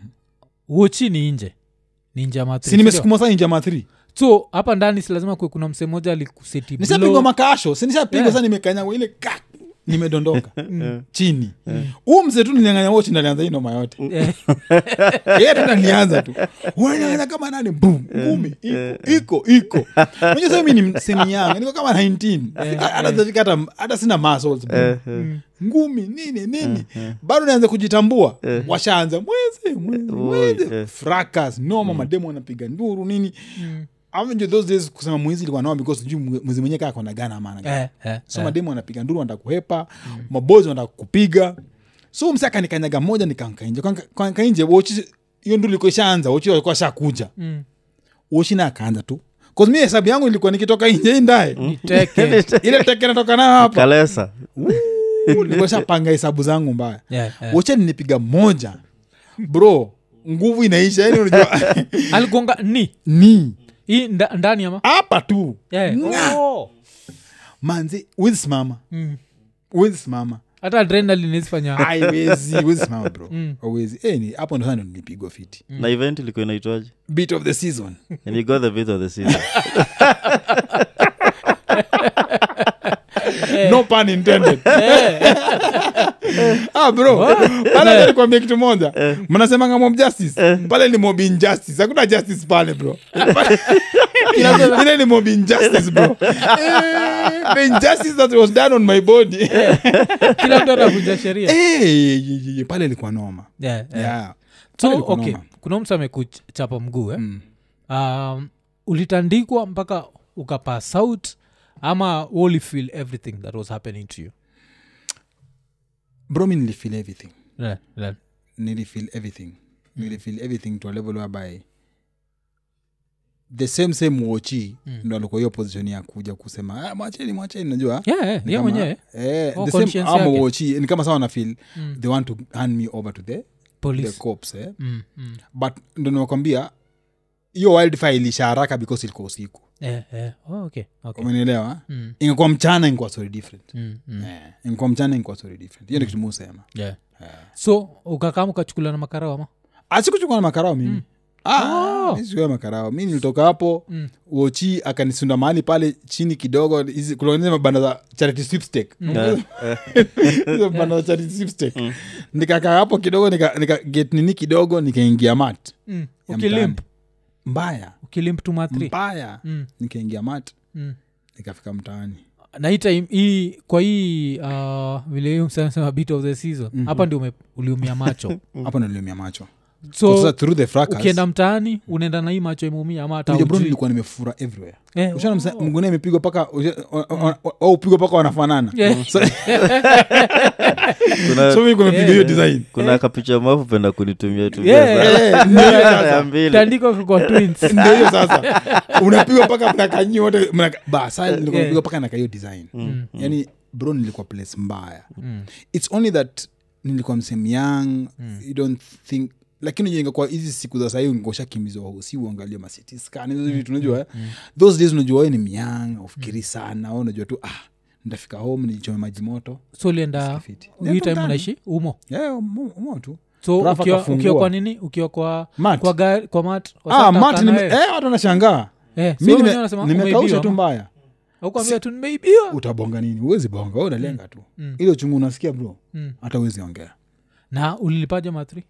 wochi ni nje ni nje ya matri,
si nimesukuma saa inja mathiri
so hapa ndani si lazima kuwe kuna mse moja alikuseti
nishapigwa
blow.
makasho si nishapigwa
Yeah.
saa nimekanyagwa ile ka
*laughs*
nimedondoka chini huu mse tu ninyanganya wochi ndalianza hii noma yote
*laughs* Eh,
yeye tu nalianza tu unanyanganya kama nani bum ngumi iko iko iko unajua sasa mi ni semi yangu niko kama 19 anazafika hata hata sina muscles bro. ngumi nini nini bado naanza kujitambua washaanza mwezi mwezi mwezi
eh.
fracas noma mademu wanapiga nduru nini Avenue those days kusema mwizi ilikuwa nao because sijui mwe- mwizi mwenyewe kaa kona gana maana
eh, eh,
so
eh. Mm.
mademu wanapiga nduru wanataka kuhepa mabozi wanataka kupiga so msaka nikanyaga moja nikanka nje Kanka- kanka nje wochi hiyo nduru ilikuwa ishaanza wochi walikuwa shakuja
Mm.
wochi na akaanza tu cause mi hesabu yangu ilikuwa nikitoka nje indae
Mm. Niteke.
*laughs* ile teke natoka nayo hapa
kalesa
Mm. Uu, nilikuwa shapanga hesabu zangu mbaya
Yeah, yeah.
wacha ninipiga moja bro nguvu inaisha yani unajua *laughs*
aligonga ni
ni
hii nda- ndani
*coughs*
ama
hapa tu
Yeah.
Nga! manzi huwezi simama
Mm.
huwezi simama
hata adrenaline isifanya
aiwezi huwezi simama bro Hauwezi. Eh, ni hapo ndo sana nilipigwa fiti
na event ilikuwa inaitwaje
bit of the season
and you got the bit of the season
no pun intended *laughs* ah bro pale acha nikwambie kitu moja mnasemanga mob justice pale ni mob injustice hakuna justice pale bro *laughs* ile ni mob injustice bro Eh, the injustice that was done on my body
kila mtu anavunja sheria
Eh, ye- ye- ye, pale ilikuwa noma
Yeah, yeah.
Yeah. Pale
so
ilikuwa
okay
noma.
kuna mtu amekuchapa mguu eh?
Mm.
um, ulitandikwa mpaka ukapass out ama we only feel everything that was happening to you
bro mi nilifeel everything
yeah, yeah.
nilifeel everything
Mm.
nilifeel everything to a level whereby the same same wochi
Mm.
ndo alikuwa hiyo position ya kuja kusema ah, mwacheni mwacheni najua
Yeah, yeah,
Ni
yeah,
kama-
mwenyewe
eh,
Oh,
the same
conscience
ama
yake. Mm.
wochi ni kama sawa nafeel they want to hand me over to the, the
police
cops eh.
Mm, mm.
but ndo niwakwambia hiyo wildfire ilisha haraka because ilikuwa usiku
Eh, eh. Oh, okay, okay.
umenielewa
Mm.
ingekuwa mchana ingekuwa story different
Mm, mm.
Eh, ingekuwa mchana ingekuwa story different hiyo ni kitu musema
Yeah. so ukakam ukachukuliwa na makarao ama Mm.
asikuchukua na makarao mimi
Oh.
Ah, mi sikuwa makarao mi nilitoka hapo mm. wochi akanisunda mahali pale chini kidogo hizi- kuna hizi mabanda za charity sweepstake
Mm.
*laughs* Hizo mabanda za charity sweepstake nikakaa hapo kidogo nika, nika get nini kidogo nikaingia mat
mm.
ya
ukilimp
mtaani. mbaya
ukilimp tu matri
mbaya
Mm.
nikaingia mat
Mm.
nikafika mtaani
na hii time hii kwa hii uh, vile sema bit of the season
Mhm.
mm-hmm. hapa ndio ume- uliumia
*laughs*
macho
hapo niliumia macho Kwa sasa
so
through the fracas,
ukienda mtaani unaenda na hii macho imeumia ama hata
ndio bro
hujui.
nilikuwa nimefura everywhere
Eh,
Ushaona msa- mngune imepigwa paka usha- wa- wa- wa- au upigwa paka wanafanana
Yeah.
*laughs* so
kuna,
so mi kumepiga hiyo
Yeah.
design
kuna kapicha mafu penda kunitumia
Yeah.
*laughs*
Eh, ndio hiyo sasa.
tandiko kwa
*laughs*
twins
ndio hiyo sasa unapigwa paka mnakanyi wote mnaka- ba saa nilikuwa napigwa paka naka hiyo design yani bro nilikuwa place mbaya its only that nilikuwa msem young you don't think lakini unajua ingekuwa hizi siku za sahii ungeoshakimbizwa si uangalie masiti scan hizo vitu unajua eh? those days unajua we ni myang aufikiri sana we unajua tu ah nitafika home nichome maji moto
so ulienda
Fiti.
hii time
Mtaani.
unaishi umo
Yeah, umo- umo tu
so
Rafa
ukiwa,
kafungua.
ukiwa kwa nini ukiwa kwa
Mat.
kwa gari kwa mat
ah, Martin, nime- eh, watu wanashangaa
Eh,
mi nime- nimekausha tu mbaya
aukwambia tu nimeibiwa
utabonga nini huwezi bonga we unalenga tu ile uchungu unasikia bro
Mm.
hata huwezi ongea
na ulilipaje matri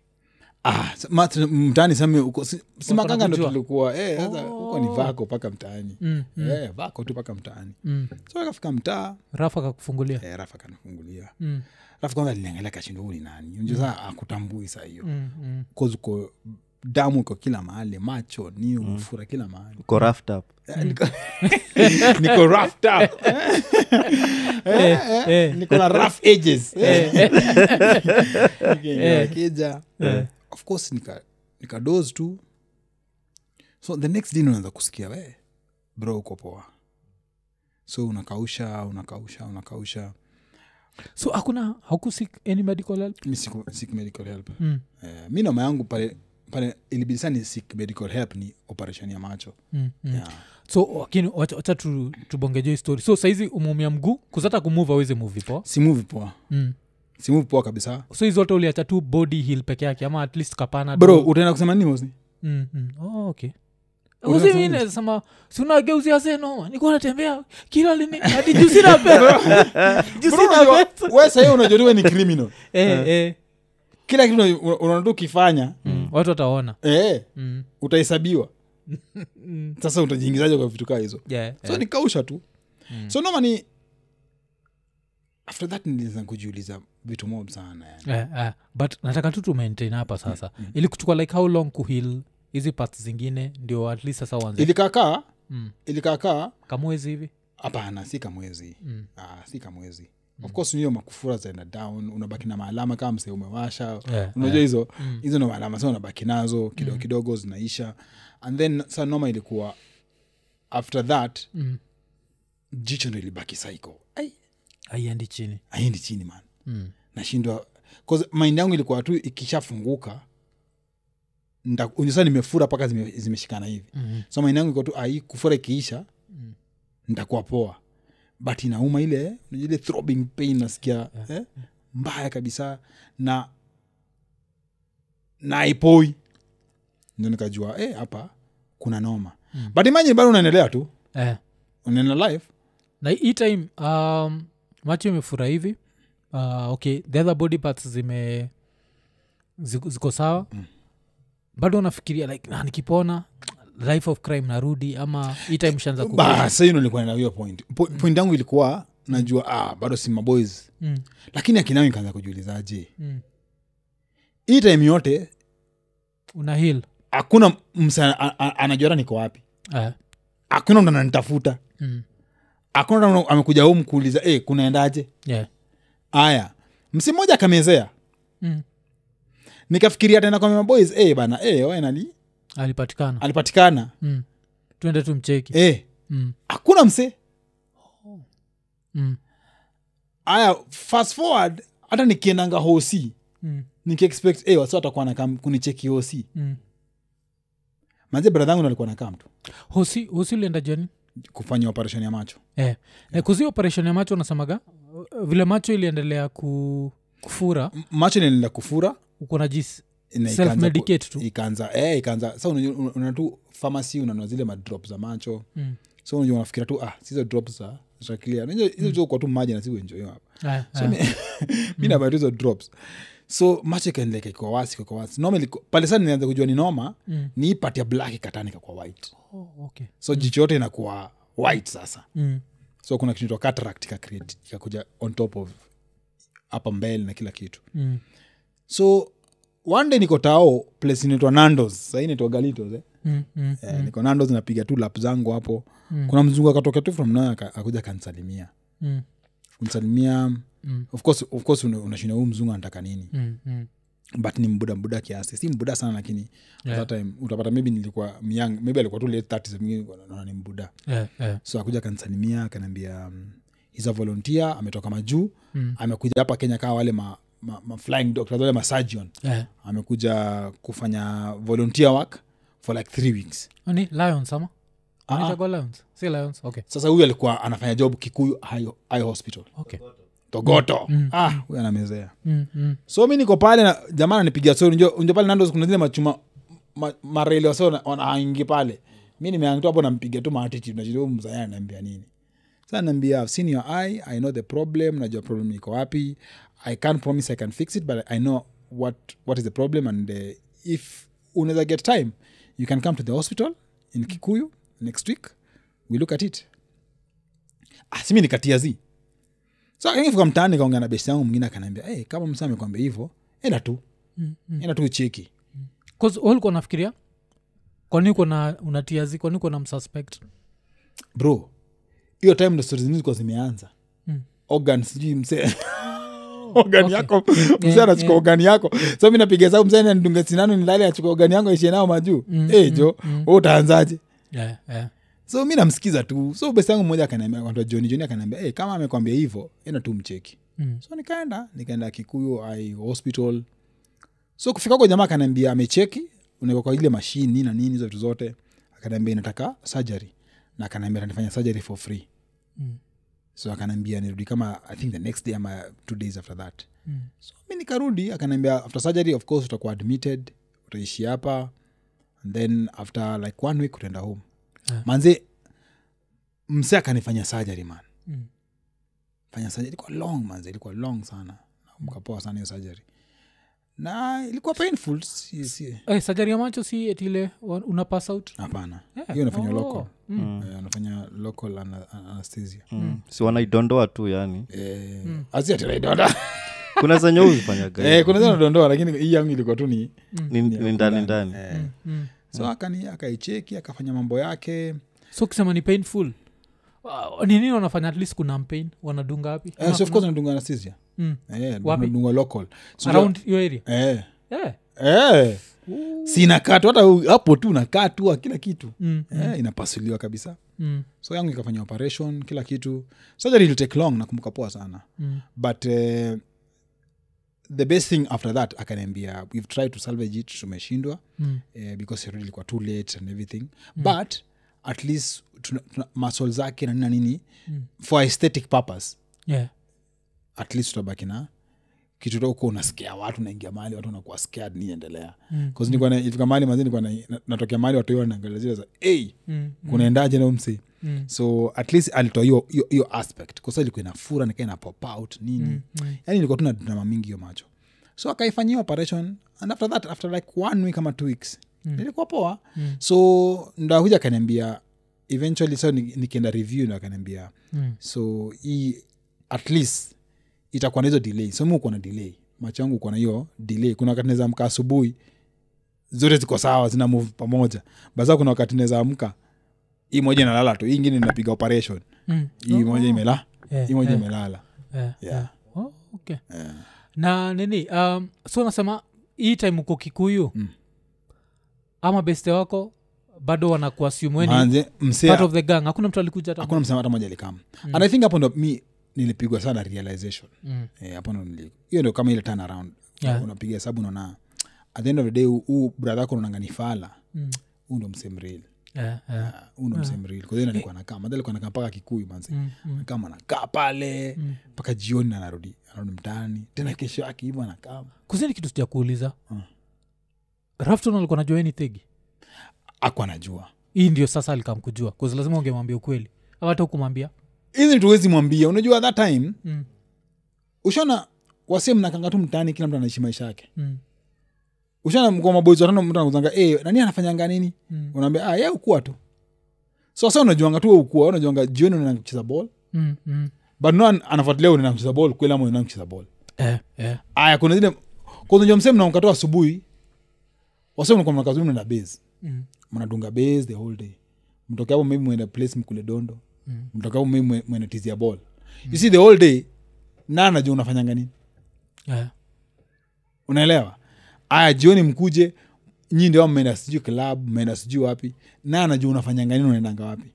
Ah, sa- mat- mtaani sami uko si- si makanga ndo
wanakujua.
tulikuwa eh,
Oh.
sasa huko ni vako mpaka mtaani Eh, vako tu mpaka mtaani
mm.
so kafika mtaa
rafa akakufungulia
eh, rafa kanafungulia
mm.
rafa kwanza linaangalia kashindo huu ni nani unajua saa akutambui saa hiyo
mm, mm.
Cause uko damu iko kila mahali macho ni mfura kila mahali Eh, niko- *laughs* niko roughed up. Eh, eh,
eh.
niko na rough edges *laughs* kija
Eh.
of course nika nikadoze tu so the next day unaanza kusikia we bro uko poa so unakausha unakausha unakausha
so hakuna hakusik any medical help
mi siku, sick medical help
Mm.
eh, mi nama yangu pale pale ilibidi sana ni sick medical help ni operation ya macho
Mm, mm.
yeah.
so lakini wacha wacha tu, tubongeje hii story so saizi umeumia mguu kuzata kumove awezi muvi poa
simuvi poa
mm.
simuvi poa kabisa
so hizi zote uliacha tu body hill peke yake ama at least kapana
bro utaenda kusema nini mosi
mm, mm. oh, okay
Unasema nini?
usiminasema sunageuzia seno nikuwa natembea kila lini hadi juzi na pesa Juzi
*laughs* Bro,
na
unajua-
pesa.
we sahii unajoriwe ni criminal
Eh, eh.
kila kitu una- una- unaona tu ukifanya
Mm, watu wataona
eh,
Mm,
utahesabiwa
mm.
sasa utajiingizaje kwa vitu kaa hizo
Yeah,
so
yeah.
nikausha tu
Eh. Mm.
so noma ni after that nilianza kujiuliza vitu mob sana yani.
Eh, eh. but nataka tu tu maintain hapa sasa ili kuchukua like how long kuhil hizi parts zingine ndio at least sasa uanze
ilikaakaa
Mm.
ilikaakaa
kamwezi hivi
hapana si kamwezi
Mm.
ah, si kamwezi of course hiyo makufura zaenda down unabaki na maalama kama msee umewasha
Yeah, Mm.
unajua hizo hizo ndo maalama sa unabaki nazo kidogo kidogo zinaisha and then sa noma ilikuwa after that
Mm.
jicho ndo ilibaki psycho Ai,
aiendi chini
haendi chini man
mm.
nashindwa 'cause mind yangu ilikuwa tu ikishafunguka nda- unajua saa nimefura mpaka zime, zimeshikana hivi
Mhm.
so mind yangu ilikuwa tu ai kufura ikiisha nitakuwa poa but inauma ile unajua ile throbbing pain nasikia eh, mbaya kabisa na na aipoi ndio nikajua eh, hapa kuna noma but imagine bado unaendelea tu
eh.
unaendelea live
na hii time um, macho imefura hivi uh, okay the other body parts zime ziko, ziko sawa mm. bado unafikiria like na nikipona life of crime narudi ama hii time shanza ku
basahino nilikuwa na hiyo point po, point yangu ilikuwa najua ah, bado si maboys
mm.
lakini akinao nikaanza kujiulizaje
Mm.
hii time yote
una hil
hakuna msa a- a- anajuana niko wapi
eh.
hakuna mtu ananitafuta
mm.
hakuna mtu amekuja huu mkuuliza hey, kunaendaje
yeah.
aya msi mmoja akamezea
mm.
nikafikiria tena kwa mema boys hey, bana hey, we nani
alipatikana
alipatikana
mm. tuende tumcheki
hey,
mm.
Eh, hakuna mse
Mm.
aya fast forward hata nikiendanga hosi
Mm.
nikiexpect hey, wasi watakuwa nakam kunicheki hosi
Mm.
manze bradhangu nalikuwa nakam tu
hosi hosi ulienda jani
kufanya operation ya macho
eh. yeah. kuzi operation ya macho unasemaga uh, vile macho iliendelea ku, kufura
Mm. M- macho inaendelea kufura
uko na jis
na ikaanza
Self-medicate
ku-
tu.
ikaanza eh, ikaanza sa una tu famasi unanua zile madrop za macho mm. so unajua unafikira tu ah sizo drop za shakilia Unajua,
Mm.
hizo tu kwa tu maji na sikuenjoyo hapa
Aya,
so mi- mi nabatu hizo drops so macho ikaendeleka ikuwa wasi ikakuwa wasi normally ku- pale sana nianza kujua ni noma mm. ni hii part ya black ikatanika kwa white
oh, okay.
so jicho yote inakuwa white sasa
Mm.
so kuna kitu inaitwa cataract ika create ikakuja on top of hapa mbele na kila kitu
Mm.
so one day niko tao place inaitwa nandos sahii inaitwa galitos eh?
Mm. Mm.
eh, niko nandos napiga tu lap zangu hapo mm. kuna mzungu akatokea tu from nayo akuja akansalimia
Mm.
kumsalimia mm. of course, of course una- unashinda huu mzungu anataka nini
Mm. Mm.
but ni mbuda mbuda kiasi si mbuda sana lakini
Yeah.
yeah. that time utapata maybe nilikuwa myang maybe alikuwa tu late 30s mingine nilikuwa naona ni mbuda
Eh, eh.
so akuja akansalimia akaniambia um, is a volunteer ametoka majuu mm. amekuja hapa kenya kaa wale ma, ma, ma flying doctors wale masurgeon
Eh.
amekuja kufanya volunteer work for like three weeks
Ani, lions ama
Ah, ah.
Inaitwa lions si lions okay
sasa huyu alikuwa anafanya job kikuyu high, high hospital
okay
togoto mm. ah huyu anamezea
Mm, mm.
so mi niko pale na jamaa ananipigia so unajua unajua pale nandos kuna zile machuma ma, mareli wase wana- wanaingi pale mi nimeangitu hapo nampiga tu maatitude nachiduu mzaya anaambia nini sa naambia I've seen your eye i know the problem najua problem iko wapi i can't promise i can fix it but i know what, what is the problem and uh, if unaweza get time you can come to the hospital in kikuyu next week we look at it ah, simi nikatia zi so nifika mtaani nikaongea na besi yangu mwingine akanaambia hey, kama msa amekwambia hivyo enda tu enda tu ucheki
Cause all ulikuwa nafikiria kwani uko na unatiazi kwani uko na msuspect
bro hiyo time ndo stori zilikuwa zimeanza
Mm.
organ sijui *laughs* mse organ
Okay.
yako
Yeah,
mse anachukua
yeah.
organ yako so mi napiga sau mse nandunga sinano nilale achukua organ yangu aishie nao majuu mm, hey, jo mm, utaanzaje
yeah, yeah.
so mi namsikiza tu so besi yangu mmoja akanaambia joni joni akanaambia hey, "Eh, kama amekwambia hivyo enda tu mcheki
Mm.
so nikaenda nikaenda kikuyu ai hospital so kufika huko jamaa akanaambia amecheki unaweka kwa ile mashini na nini hizo vitu zote akanaambia inataka surgery na akanaambia atanifanya surgery for free
Mm.
so akanaambia nirudi kama i think the next day ama two days after that
Mm.
so mi nikarudi akanaambia after surgery of course utakuwa admitted utaishi hapa and then after like one week utaenda home
Ah.
manze mse akanifanya surgery man
Mm.
fanya surgery ilikuwa long manze ilikuwa long sana mkapoa sana hiyo surgery na ilikuwa painful si, si.
Eh, sajari ya macho si etile una pass out
hapana
Eh,
hiyo inafanya
oh.
local
Mm.
Eh, anafanya local ana- ana- anesthesia
mm. si wanaidondoa tu yani
Eh,
Mm.
asi ati naidonda.
kuna zenye uzifanyaga
*laughs* Eh, kuna zile dondoa lakini hii yangu ilikuwa tu ni
ni ni ndani ndani
eh.
Mm.
so akani akaicheki akafanya mambo yake
so kusema ni painful Uh, ni nini wanafanya at least kuna pain wanadunga wapi
Eh, so of course anadunga anesthesia
Mm.
Eh,
Wapi?
anadunga local So-
around hiyo area
Eh,
yeah.
eh. sinakaa tu hata u- hapo tu nakaa tu ah, kila kitu
mm.
eh, inapasuliwa kabisa
Mm.
so yangu ikafanya operation kila kitu surgery will take long nakumbuka poa sana
Mm.
but uh, the best thing after that akaniambia we've tried to salvage it tumeshindwa
Mm.
eh, because it really ilikuwa too late and everything but at least tuna, tuna masol zake na nini na nini
Mm.
for aesthetic purpose
Yeah.
at least utabaki na kitu toko unasikia watu naingia mahali watu wanakuwa scared niendelea mm. nilikuwa na- ilifika mahali mazi nilikuwa na- na- natokea mahali watu hiyo wanaangalia zile za hey,
Mm.
kunaendaje na msi
Mm.
so at least alitoa hiyo hiyo- hiyo aspect kwa sababu ilikuwa inafura nikaa ina pop out nini
Mm.
yani ilikuwa tu na drama mingi hiyo macho so akaifanyia operation and after that after like one week ama two weeks mm. nilikuwa poa mm. so ndo akuja akaniambia eventually so ni- nikienda review ndo akaniambia
Mm.
so hii at least itakuwa na hizo delay so mi ukuwa na delay macho yangu ukuwa na hiyo delay kuna wakati naweza amka asubuhi zote ziko sawa zina move pamoja basa kuna wakati naweza amka hii moja inalala tu hii ingine inapiga operation
Mm.
hii moja imela
Yeah,
hii moja
yeah.
imelala
Yeah,
Yeah.
yeah. Oh, okay. na nini um, so nasema hii time uko kikuyu
Mm.
ama beste wako bado wanakuasumweni
Manze, msee
part of the Mm. gang hakuna mtu alikuja hata
hakuna msema hata moja alikama and i think hapo ndo mi nilipigwa sana realization
Mm.
Eh, hapo ndo nili- hiyo ndo kama ile turn around
Yeah.
unapiga hesabu unaona at the end of the day huu- huu brother ako unaonanga ni fala
Mm.
huu ndo msemreli
Yeah, yeah. Eh.
huu ndo msemreli kwaio nalikuwa nakaa madha alikuwa nakaa mpaka kikuyu manzi
Mm, mm.
kama anakaa pale mpaka jioni anarudi anarudi mtaani tena kesho yake hivyo anakaa Mm.
kusini kitu sija kuuliza rafton alikuwa najua enithegi
akwa najua
hii ndio sasa alikamkujua kause lazima ungemwambia ukweli Au hata ukumwambia
hizi vitu huwezi mwambia unajua that time
mm,
ushaona wasie mnakanga tu mtaani kila mtu anaishi maisha yake
mm,
ushaona mko mabozi watano mtu anakuzanga e, nani anafanyanga nini
Mm.
unaambia ah, ye ukua tu so sa unajuanga tu we ukua unajuanga jioni unaenda kucheza ball
mm, mm.
but no an- anafuatilia unaenda kucheza ball kweli ama unaenda kucheza ball
Eh, eh.
aya kuna zile kunajua msee mnaamka tu asubuhi wase mnakuwa mnakaa asubuhi mnaenda base
Mm.
mnadunga base the whole day mtoke hapo maybe mwende place mkule dondo
Mm.
mtoke hapo maybe mwe- mwende tizia ball you see the whole day na najua unafanyanga nini
Eh,
unaelewa aya jioni mkuje nyi ndio mmeenda sijui club mmeenda sijui wapi na anajua unafanyanga nini unaendanga wapi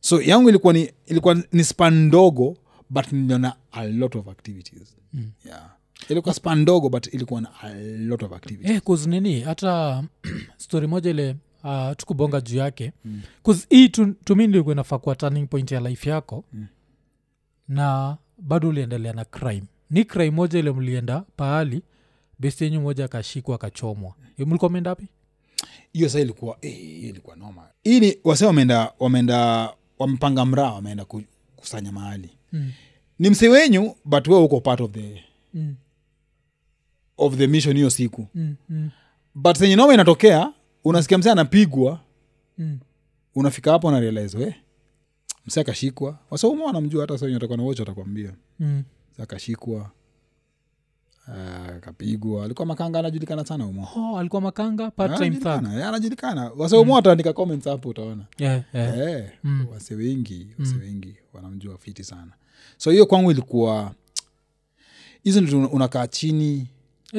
so yangu ilikuwa ni ilikuwa ni span ndogo but niliona a lot of activities
Mm.
yeah. ilikuwa span ndogo but ilikuwa na a lot of activities
eh, 'cause nini hata *clears throat* story moja ile uh, tukubonga juu yake mm. hii tu- to me ndio ilikuwa inafaa kuwa turning point ya life yako mm. na bado uliendelea na crime ni crime moja ile mlienda pahali best yenyu moja akashikwa akachomwa Eh, mlikuwa menda api
hiyo saa ilikuwa eh, hiyo ilikuwa noma hii ni wase wameenda wameenda wamepanga mraa wameenda ku- kusanya mahali
Mm.
ni msee wenyu but we uko part of the
Mm,
of the mission hiyo siku
mm, mm,
but senye noma inatokea unasikia msee anapigwa
mm.
unafika hapo unarealize we msee akashikwa wasauma wanamjua hata senye atakuwa na wocha atakwambia
Mm.
Msee akashikwa ah, akapigwa alikuwa makanga anajulikana sana umo
Oh, alikuwa makanga
Ah,
part time thug
anajulikana, eh, anajulikana wasauma wataandika comments hapo utaona
yeah, yeah.
Eh,
Mm.
wase wengi wase wengi wanamjua fiti sana so hiyo kwangu ilikuwa hizo ndio una- unakaa chini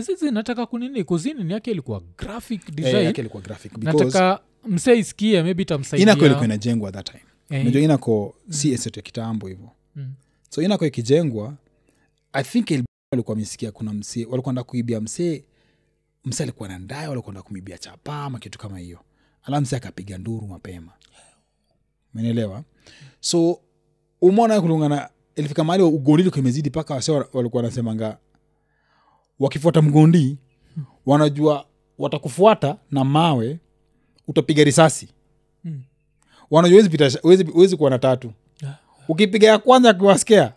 Sisi Eh, nataka kunini kuzini ni yake ilikuwa graphic
Eh,
design
yake ilikuwa graphic because
nataka msee isikie maybe itamsaidia
inako ilikuwa inajengwa that time
Eh,
unajua inako si estate ya kitambo hivyo
Mm.
so inako ikijengwa i think il- walikuwa wamesikia kuna msee walikuwa nda kuibia msee msee alikuwa na ndayo walikuwa nda kumibia chapa ama kitu kama hiyo ala msee akapiga nduru mapema menelewa so umona kulingana ilifika mahali ugondili kimezidi mpaka wase wa- walikuwa wanasemanga wakifuata mgondi
Hmm.
wanajua watakufuata na mawe utapiga risasi
Mm.
wanajua wezi pita- wezi- wezi kuwa na tatu
Yeah.
ukipiga ya kwanza akiwasikia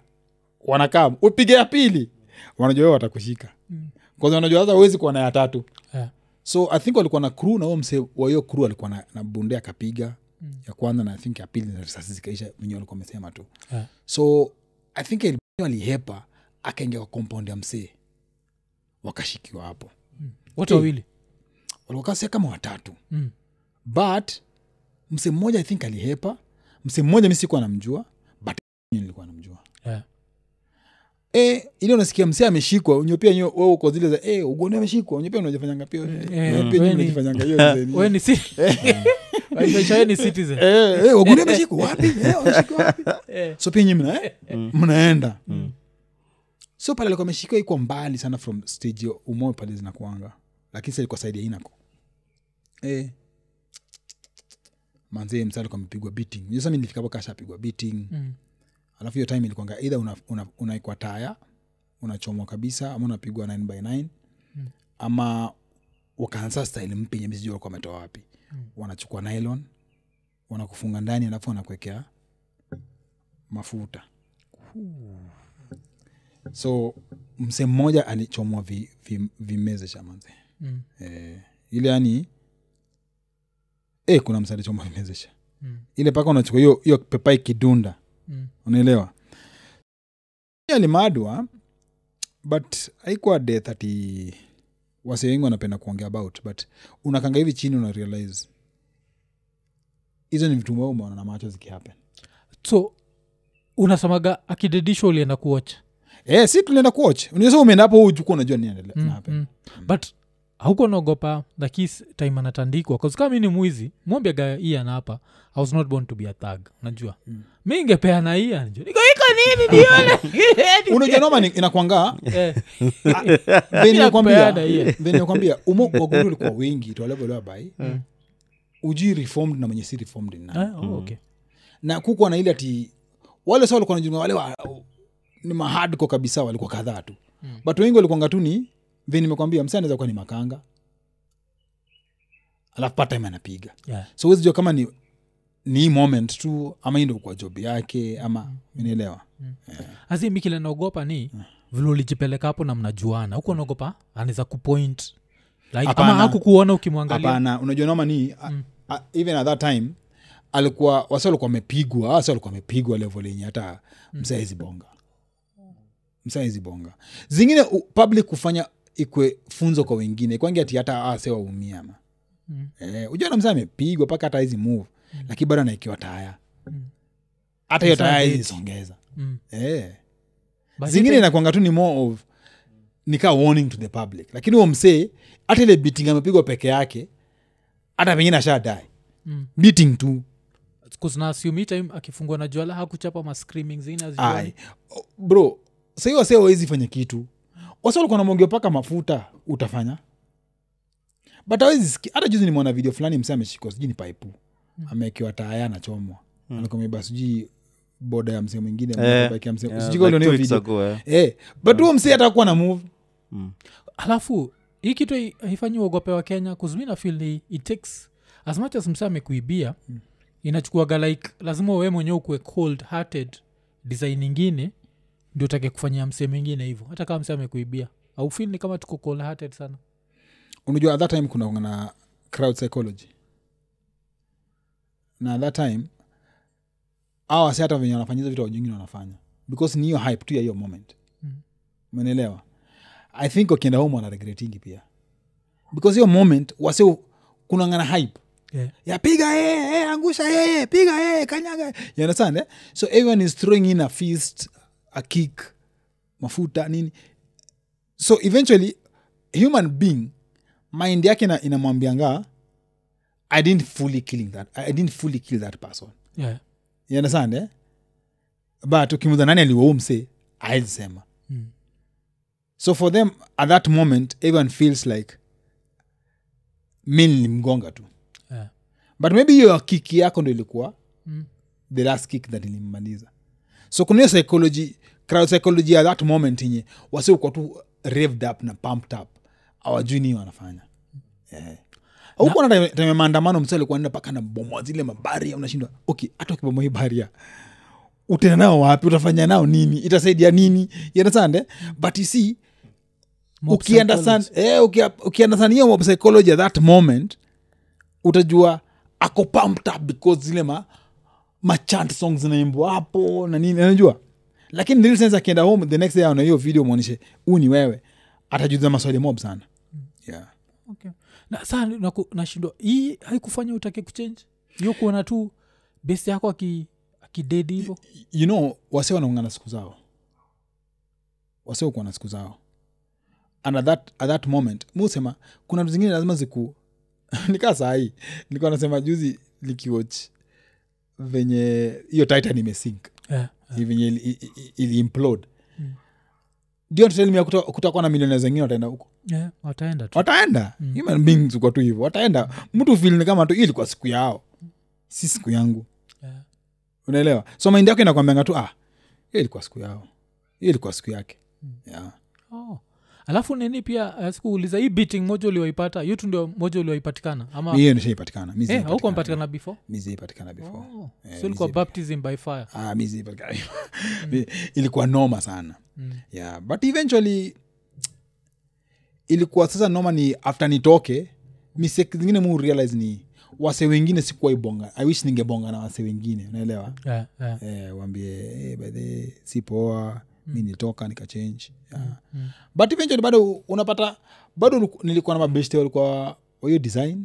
wanakam upige ya pili wanajua wewe watakushika
Mm.
kwanza wanajua sasa uwezi kuwa na ya tatu
yeah.
so i think walikuwa na kru na huo mse wa hiyo kru alikuwa na, na bunde akapiga
Mm.
ya kwanza na i think ya pili na risasi zikaisha wenye walikuwa wamesema tu
Yeah.
so i think el- alihepa akaingia kwa compound ya msee wakashikiwa hapo
wote
Eh.
wawili
walikasia kama watatu
Mm.
but msee mmoja i think alihepa msee mmoja mi sikuwa namjua but nilikuwa namjua
Yeah.
e, ile unasikia msee ameshikwa unyopia nyo wewe uko zile za e, ugonde ameshikwa unyopia unajifanyanga pia wewe.
Eh,
Unyo pia
we ni-
nyi
*laughs*
mnajifanyanga hiyo
We ni si-
*laughs*
Maisha we ni citizen
Eh, eh, wagonde *laughs* ameshikwa wapi Eh, wameshikwa wapi so pia nyi mna eh, Mm. mnaenda so pale alikuwa ameshikwa iko mbali sana from stage ya umoe pale zinakuanga lakini sa ilikuwa saidi ya inako eh. manzee msa alikuwa amepigwa beating Unajua sasa mi nilifika hapo kasha apigwa beating
Mm.
alafu hiyo time ilikuanga eidha unaikwa una, una unaekwa taya unachomwa kabisa ama unapigwa 9 by 9
Mm.
ama wakaanza style mpya yenye msijua walikuwa wametoa wapi wanachukua nylon wanakufunga ndani alafu wanakuwekea mafuta so msee mmoja alichomwa vi, vi, vimeze cha manze
Mm.
eh, ile yani eh, kuna msee alichomwa vimezesha
Mm.
ile paka unachukua hiyo hiyo pepa ikidunda
Mm.
unaelewa alimadwa but haikuwa death ati wase wengi wanapenda kuongea about but unakanga hivi chini una realize hizo ni vitu mbao umeona na macho zikihappen
so unasemaga akidedishwa ulienda kuocha
eh, si tulienda kuoch unaweza umeenda hapo ujuku unajua niendele
Mm, mm. but hauko naogopa lakis time anatandikwa kazkaa mi ni mwizi mwambiaga ian hapa i was not born to be a thug unajua mm. mi ingepeana ian jo niko iko nini
*laughs*
nione *laughs*
unajua noma ni- inakwanga
Eh, Peana
*laughs*
hiyo.
venyekwambia umo waguru ulikuwa wengi twalevelewa bai ujui reformed na mwenye si reformed ni nani.
ah, oh, okay.
na kukuwa na ile ati wale sa walikuwa najunga wale wa, ni mahadko kabisa walikuwa kadhaa tu mm. but wengi walikuanga tu ni vi nimekwambia msa anaweza kuwa ni makanga alafu part time anapiga
yeah.
so huwezi jua kama ni ni hii moment tu ama hii ndo kwa job yake ama unaelewa
asi mikile naogopa ni
Mm.
vile ulijipeleka hapo na mnajuana huku naogopa anaweza kupoint like, ama
Hapana.
hakukuona ukimwangalia
hapana unajua noma ni a-
Mm.
a- even at that time alikuwa wasi walikuwa wamepigwa wasi walikuwa wamepigwa level yenye hata
Mm.
msaezi bonga msaezi bonga zingine u- public kufanya ikwe funzo kwa wengine ikwangi ati hata ase waumia ama
Mm.
eh, ujua na msa amepigwa mpaka hata hizi move lakini bado anaikiwa taya hata hiyo taya
Mm. Exactly.
izisongeza
Mm.
eh
But
zingine
even-
inakwanga tu ni more of nikaa warning to the public lakini huo msee hata ile beating amepigwa peke yake hata pengine ashadae
Mm.
beating tu
'cause na assume hii time akifungwa na juala hakuchapa mascreaming zingine
Aye.
hazijuani.
O- Oh, bro sahii wasee wawezi fanya kitu wase walikuwa namwongea paka mafuta utafanya but awezi sikia hata juzi nimeona video fulani msee ameshikwa sijui ni paipu
Mm.
ameekiwa taya anachomwa mm. alikomeba sijui boda ya msee mwingine motorbike ya msee-
Eh. Yeah,
sijui kama
like two
uliona hiyo
weeks
video.
ago,
*laughs*
eh.
Eh, but huo msee atakuwa na move
alafu hii kitu hai- haifanyi uogope wa kenya kuzumi na fil ni it takes as much as msa amekuibia inachukuaga like lazima we mwenyewe ukuwe cold hearted design ingine ndio utake kufanyia msee mwingine hivyo hata kama msee amekuibia au fil ni kama tuko cold hearted sana
unajua at that time kuna na crowd psychology na at that time au wasi hata venye wanafanya hizo vitu wajingine wanafanya because ni hiyo hype tu ya hiyo moment umenelewa i think wakienda home wanaregretingi pia because hiyo moment wasi kunangana hype
yeah.
yapiga yeye eh, angusha yeye piga yeye kanyaga you understand eh? so everyone is throwing in a fist a kick mafuta nini so eventually human being mind yake ina- inamwambianga i didn't fully killing that i didn't fully kill that person
Yeah.
you understand eh? but ukimuza nani aliwaumse aezisema
Mm.
so for them at that moment everyone feels like mi nilimgonga tu
Yeah.
but maybe hiyo kiki yako ndo ilikuwa
Mm.
the last kick that ilimmaliza so kuna hiyo psychology crowd psychology ya that moment yenye wasiukwa tu reved up na pumped up awajui nii wanafanya hukuna maandamano msi alikuwa nenda paka na bomoa zile mabaria unashindwa okay hata ukibomoa hii baria utenda nao wapi utafanya nao nini itasaidia nini yanasande but you see
Mob
ukiandasan eh, ukia- ukiunderstand hiyo mob psychology at that moment utajua ako pumped up because zile ma machant song zinaimbwa hapo na nini unajua lakini real sense akienda home the next day aona hiyo video mwonyeshe huu ni wewe atajuza maswali mob sana yeah.
Okay. na saa naku- nashindwa hii haikufanya utake kuchange hiyo kuona tu besi yako aki- akidedi hivo
you know wase wanaungana siku zao wase ukuwa na siku zao and at that, at that moment musema kuna vitu zingine lazima ziku *laughs* nikaa sahii nilikuwa nasema juzi likiwatch venye hiyo titan imesink
yeah.
venye ili- i- i- iliimplode ndio tutelmia kutakuwa na milionea zengine wataenda huko
yeah. Eh, wataenda tu
wataenda
Mm.
human beings kwa tu hivyo wataenda mtu feel ni kama tu hii ilikuwa siku yao si siku yangu
yeah.
unaelewa so maindi yako inakwambianga tu ah hiyo ilikuwa siku yao hiyo ilikuwa siku yake
Mm.
yeah.
oh. alafu nini pia eh, sikuuliza hii beating moja uliwaipata hiyo tu ndio moja uliwaipatikana
Mi
ama
hiyo nishaipatikana Mi
Eh,
sijaipatikana.
haukuwa mpatikana before
Mi sijaipatikana before
oh.
Eh,
so ilikuwa
mizepa-
baptism by fire
Ah, mi *laughs* sijaipatikana. Mi- ilikuwa noma sana yeah. but eventually ilikuwa sasa noma ni after nitoke mistake zingine mu realize ni wase wengine sikuwa ibonga i wish ningebonga na wase wengine unaelewa
yeah, yeah.
eh, waambie eh, by the way, si poa mi nilitoka nikachange yeah. but eventually bado unapata bado uliku- nilikuwa na mabeshte walikuwa wa hiyo design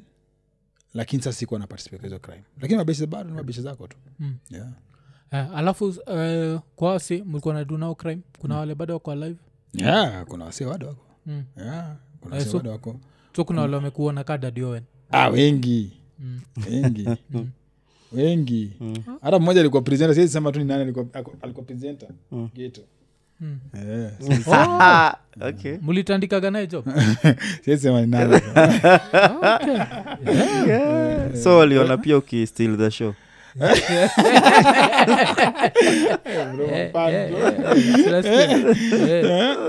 lakini sasa sikuwa na participate kwa hizo crime lakini mabeshte bado ni mabeshte zako tu
Mm.
yeah.
Eh, alafu eh, kwa wasi mlikuwa nadu nao crime kuna
Hmm.
wale bado wako alive
Yeah, kuna wasee bado wako
Mm.
yeah, kuna
Eh,
wasee
so-
bado wako
so kuna wale wamekuona
*laughs*
kadadioen
ah, wengi
Mm. *laughs*
wengi wengi hata mmoja alikuwa presenter siwezi sema tu ni nani alikuwa ako- alikuwa presenter geto
Mm.
Eh, *laughs*
Ah, okay.
Oh! mlitandikaga naye job
siwezi sema ni
*laughs*
nani
Eh,
Yeah. so waliona pia ukistil the show
eh,
Eh?
Oh!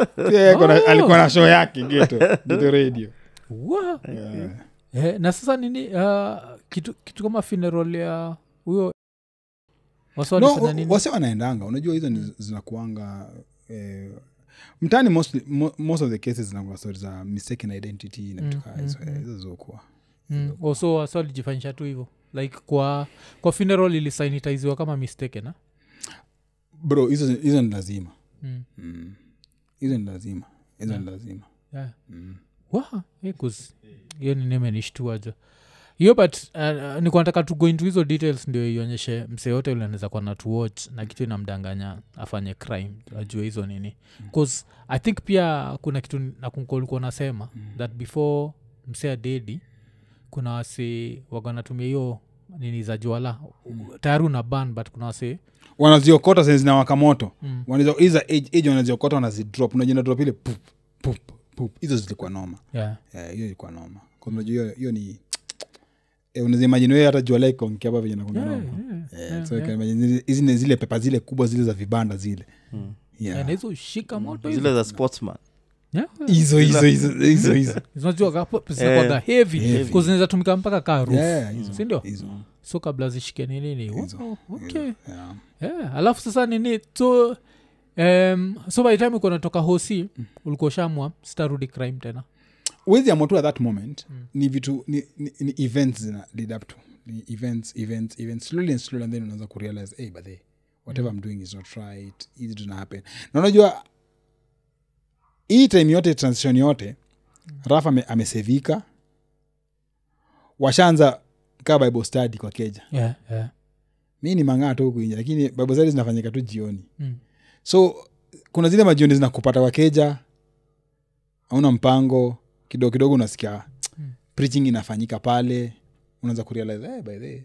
*laughs*
Yeah, kuna- alikuwa na show yake geto geto radio
Wa- eh, na sasa nini uh, kitu, kitu kama funeral ya huyo wasi walifanya
no,
nini Mm.
wase wanaendanga unajua hizo ni zinakuanga eh, mtani mostly, mo, most of the cases zinakuwa stori za mistaken identity na vitu kaa hizo eh, hizo zokuwa
mm. oh, so wasi walijifanyisha tu hivyo like kwa kwa funeral ilisanitiziwa kama mistaken ah?
bro hizo hizo ni lazima
Mm.
Mm. hizo ni lazima hizo ni lazima
yeah. Wa, eh, 'cause hiyo ni nini imenishtua jo hiyo but uh, uh, nikuwa nataka to go into hizo details ndio ionyeshe msee yote ule anaweza kuwa natuwatch na kitu inamdanganya afanye crime ajue hizo nini bcause i think pia kuna kitu nakulikuwa nasema mm. that before msee adedi kuna wasi waganatumia hiyo nini za juala mm. tayari una ban but kuna wasi
wanaziokota zenye zinawaka moto
Mm.
Wanazo- hizo age- age wanaziokota wanazidrop unajenda drop ile pup pup pup hizo zilikuwa noma
yeah.
Eh, hiyo ilikuwa noma Kwa unajua hiyo- hiyo ni Eh, unaweza imagine wewe hata jua lake onkia hapa venye nakwambia noma Eh, so you can imagine zile- hizi ni zile pepa zile kubwa zile za vibanda zile Yeah. Mm,
yeah. nahizo shika moto hizo
zile za sportsman
yeah.
hizo hizo hizo hizo hizo
zinajuaga hevi zinaweza tumika mpaka kaa roof.
Eh, Yeah, hizo,
sindio
hizo
so kabla zishike nini ni oh, okay.
Yeah.
yeah. alafu sasa nini so um, so by the time uko natoka hosi
Mm.
ulikuwa shamwa sitarudi crime tena
Huwezi amua tu at that moment ni vitu ni, ni, ni events zina lead up to ni events events events slowly and slowly and then unaanza kurealize hey, but they, whatever i'm doing is not right hizi tuna happen na unajua hii time yote transition yote rafa ame, amesevika washaanza kaa bible study kwa keja
yeah, yeah.
mi ni mang'aa tu huku nje lakini bible study zinafanyika tu jioni
Mm.
so kuna zile majioni zinakupata wakeja hauna mpango kidogo kidogo unasikia mm. preaching inafanyika pale unaanza kurealize hey, by the way,